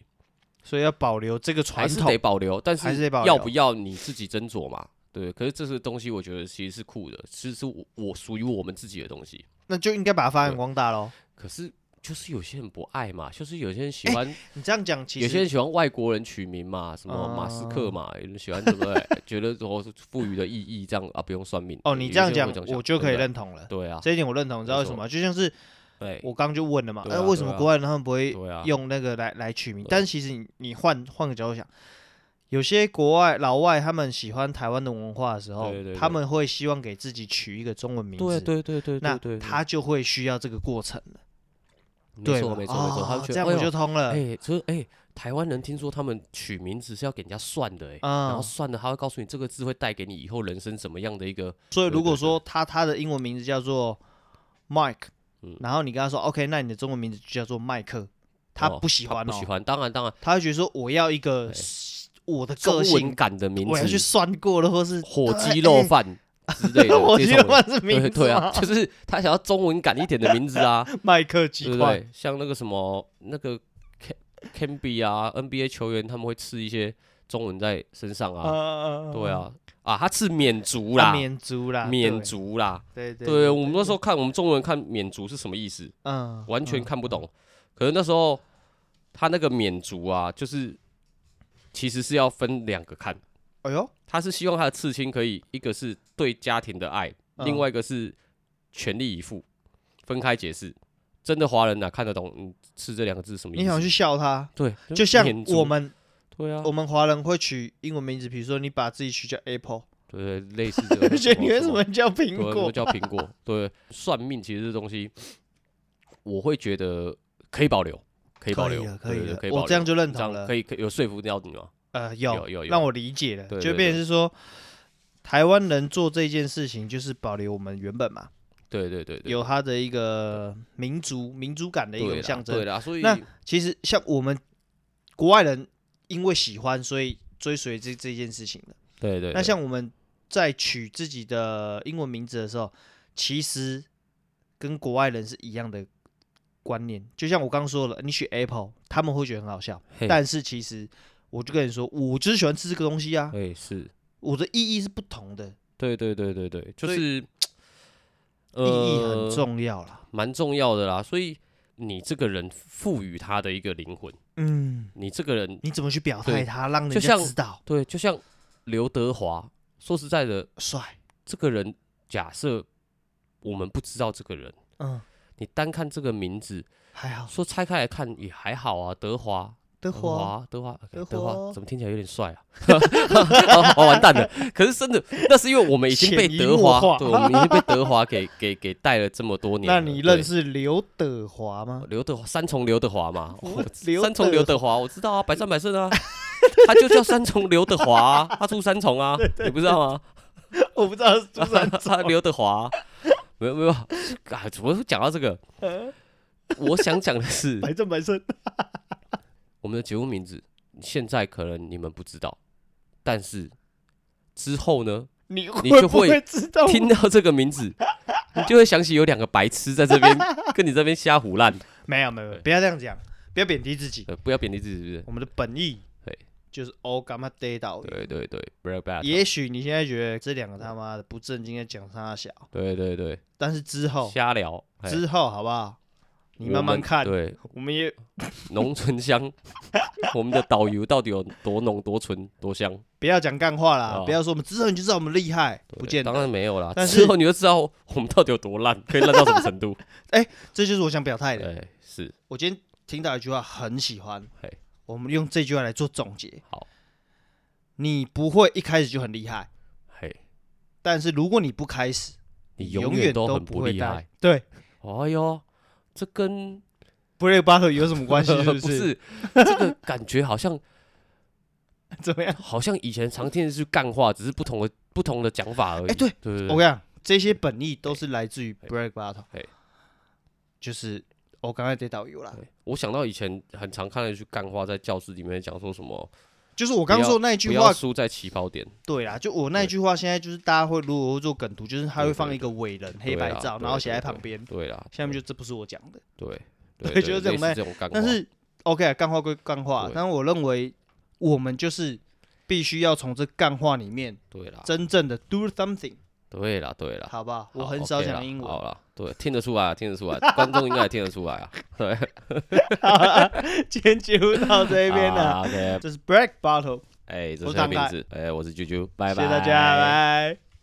A: 所以要保留这个传
B: 还是
A: 统
B: 得，保留，但
A: 还是得
B: 是
A: 保
B: 要
A: 留
B: 不要你自己斟酌嘛。对，可是这是东西，我觉得其实是酷的，其实是我我属于我们自己的东西。
A: 那就应该把它发扬
B: 对
A: 光大喽。
B: 可是就是有些人不爱嘛，就是有些人喜欢，
A: 你这样讲，哎其
B: 有些
A: 实啊
B: 人喜欢外国人取名嘛，什么马斯克嘛，有人喜欢对不对？ 觉得我赋予的意义这样啊，不用算命。
A: 哦，
B: 对
A: 你
B: 有
A: 这样
B: 些人
A: 讲
B: 会这，想
A: 我就可以
B: 对
A: 认同了
B: 不。对对啊，哎
A: 这一点我认同，你知道为什么吗？就像是
B: 对
A: 我刚就问了嘛，
B: 对啊
A: 那为什么
B: 对啊
A: 国外人他们不会
B: 对啊，
A: 用那个来来取名？
B: 对
A: 但其实你你换换个角度想，有些国外老外他们喜欢台湾的文化的时候
B: 对对，对
A: 他们会希望给自己取一个中文名
B: 对啊
A: 字，
B: 对对对
A: 那
B: 对对，
A: 他就会需要这个过程了，
B: 没
A: 对
B: 错
A: 吧？
B: 没错没错，他
A: 哦
B: 们觉
A: 这
B: 得
A: 样
B: 哎
A: 我
B: 呦
A: 就通了。
B: 哎、所以哎、台湾人听说他们取名字是要给人家算的、哎、然
A: 嗯
B: 后算了，他会告诉你这个字会带给你以后人生什么样的一个，
A: 所以
B: 对
A: 如
B: 对
A: 果
B: 对
A: 说他他的英文名字叫做 Mike，
B: 嗯
A: 然后你跟他说 OK，那你的中文名字就叫做麦克，他
B: 哦
A: 不喜欢
B: 不
A: 哦，
B: 喜欢，当然当然，
A: 他会觉得说我要一个
B: 哎
A: 我的
B: 中
A: 个
B: 文
A: 性，
B: 感的名
A: 我要去
B: 字，
A: 算过了，或是哎
B: 火鸡肉 饭之类的，
A: 我
B: 这
A: 觉
B: 种
A: 得
B: 的
A: 那是名
B: 对
A: 字
B: 对啊，
A: 吗
B: 就是他想要中文感一点的名字 啊，
A: 麦克
B: 对
A: 鸡
B: 不
A: 块，
B: 对？像那个什么那个 Can Can b 啊，NBA 球员他们会刺一些中文在身上啊，
A: 嗯
B: 对，啊，啊，他刺缅族
A: 嗯啊
B: 啦，
A: 免族啦，
B: 缅
A: 对，
B: 族啦，
A: 对对
B: 对我们那时候看我们中文看缅族是什么意思，
A: 嗯
B: 完全
A: 嗯
B: 看不懂。可是那时候他那个缅族啊，就是其实是要分两个看，
A: 哎呦，
B: 他是希望他的刺青可以一个是对家庭的爱，
A: 嗯
B: 另外一个是全力以赴，分开解释。真的华人哪、看得懂？嗯，刺这两个字是嗯什么意
A: 你
B: 思？
A: 想去笑他，
B: 对，
A: 就像
B: 缅族
A: 我们
B: 对啊
A: 我，们华人会取英文名字，比如说你把自己取叫 Apple，
B: 对对，类似这 种
E: 而且你为什
B: 么
E: 么叫
B: 对
E: 苹
B: 为什
E: 果
B: 么？叫苹果？对，算命其实这东西，我会觉得可以保留，可以保留，
A: 啊
E: 的，可以
B: 对对
E: 的
B: 可以，保留。
A: 我这样就认
B: 这样
A: 同了
B: 可。以可以有说服到你吗？
A: 呃，有
B: 有有有
A: 让我理解了，
B: 对
A: 就
B: 对
A: 变
B: 对
A: 成是说，台湾人做这件事情就是保留我们原本嘛，
B: 对对对对，
A: 有它的一个民族民族感的一
B: 对
A: 种
B: 啦
A: 象
B: 对
A: 征。
B: 啦，所以
A: 那其实像我们国外人因为喜欢，所以追随这这件事情的。
B: 对对，
A: 那
B: 对
A: 像我们在取自己的英文名字的时候，其实跟国外人是一样的观念。就像我刚说了，你取 Apple，他们会觉得很好笑，
B: 嘿
A: 但是其实我就跟你说，我就是喜欢吃这个东西啊，
B: 哎是，
A: 我的意义是不同的，
B: 对对对对对，就
A: 所以
B: 是
A: 意义很
B: 呃
A: 重要啦。
B: 蛮重要的啦。所以你这个人赋予他的一个灵魂，
A: 嗯，
B: 你这个人
A: 你怎么去表
B: 对
A: 态它，让
B: 就
A: 人家
B: 像
A: 知道
B: 对，就像刘德华，说实在的，
A: 帅？
B: 这个人假设我们不知道这个人，
A: 嗯，
B: 你单看这个名字，
A: 还好，
B: 说拆开来看也还好啊，德华。
A: 德华，
B: 德华，
A: 德
B: 德华，
A: 华
B: 华，怎么听起来有点帅啊？ 哦，完蛋了！可是真的，那是因为我们已经被
A: 潜移
B: 德
A: 默化
B: 华，对，我们已经被德华给给给带了这么多年
A: 那
B: 了。
A: 你
B: 对
A: 认识刘德华吗？
B: 刘德华，三重刘德华嘛，
A: 我
B: 我
A: 哦刘
B: 三重刘德华，我知道啊，百战百胜啊， 他就叫三重刘德华、啊，他住三重啊，你不知道吗？
A: 我不知道是不是
B: 他刘德华啊、没有没有，啊，怎么会讲到这个？ 我想讲的是，
A: 白正白胜，
B: 我们的节目名字现在可能你们不知道，但是之后呢，
A: 你
B: 你
A: 会
B: 就
A: 不
B: 会
A: 会知道我
B: 听到这个名字，你就会想起有两个白痴在这边跟你这边瞎胡乱，
A: 没有没有，没有
B: 对
A: 不要这样讲，不要贬低自己。
B: 呃，不要贬低自己，是不是？
A: 我们的本意
B: 对
A: 就是哦 all gamma day 到底。
B: 对对对，啊不要不要，
A: 也许你现在觉得这两个他妈的不正经在讲他小，
B: 对对对，
A: 但是之后
B: 瞎聊，嘿
A: 之后好不好？哦你慢
B: 我
A: 慢
B: 们
A: 看，
B: 对，
A: 我们也
B: 浓醇香， 我们的导游到底有多浓、多醇、多香？
A: 不要讲干话啦，
B: 啊
A: 不要说我们之后你就知道我们厉害，
B: 对
A: 不见
B: 当然
A: 得。
B: 没有啦。
A: 但是
B: 之后你就知道我们到底有多烂，可以烂到什么程 度。
A: 这就是我想表态的。
B: 对，是
A: 我今天听到一句话很喜欢
B: 嘿，
A: 我们用这句话来做总结。
B: 好，
A: 你不会一开始就很厉害，
B: 嘿，
A: 但是如果你不开始，
B: 你
A: 永
B: 永
A: 远
B: 远都很
A: 不
B: 不
A: 会
B: 厉
A: 带
B: 害。。
A: 对
B: 哎呦，这跟
A: ，Brave Battle 有什么关系？ 是
B: 不
A: 是？
B: 是这个感觉好像
A: 怎么样？
B: 好像以前常听的是干话，只是不同的不同的讲法而已。
A: 哎对
B: 对对
A: 我跟你讲，这些本意都是来自于 Break Battle，
B: 嘿
A: 就是我刚才得导游啦，
B: 对我想到以前很常看的一句干话，在教室里面讲说什么
A: 就是我刚
B: 不要
A: 说那一
B: 不
A: 句
B: 要
A: 话，
B: 输在起跑点。啊
A: 对啦，就我那一
B: 对
A: 句话，现在就是大家会如果会做梗图，就是他会
B: 对对
A: 放一个伟人黑
B: 对
A: 白
B: 啦
A: 照，
B: 对
A: 然后写在
B: 对
A: 旁
B: 对
A: 边，
B: 对啦，
A: 下面就这不是我讲的，
B: 对
A: 对就是这
B: 类
A: 种
B: 似
A: 类
B: 这种干话。
A: 但是 OK，啊干话归干话，
B: 对
A: 但我认为我们就是必须要从这干话里面
B: 对啦，
A: 真正的 do something，
B: 对啦，对啦，
A: 好不好？我
B: 好
A: 很少
B: OK
A: 讲
B: 啦
A: 英文，
B: 好啦，对，听得出来啊，听得出来， 观众应该也听得出来啊。对，
A: 今天节目到这边了，
B: 啊 OK，
A: 这是 Break Battle，
B: 哎，这
A: 我是
B: 是小
A: 唐
B: 名
A: 凯
B: 字，哎，我是啾啾，拜
A: 谢
B: 拜，
A: 谢大家，拜。拜。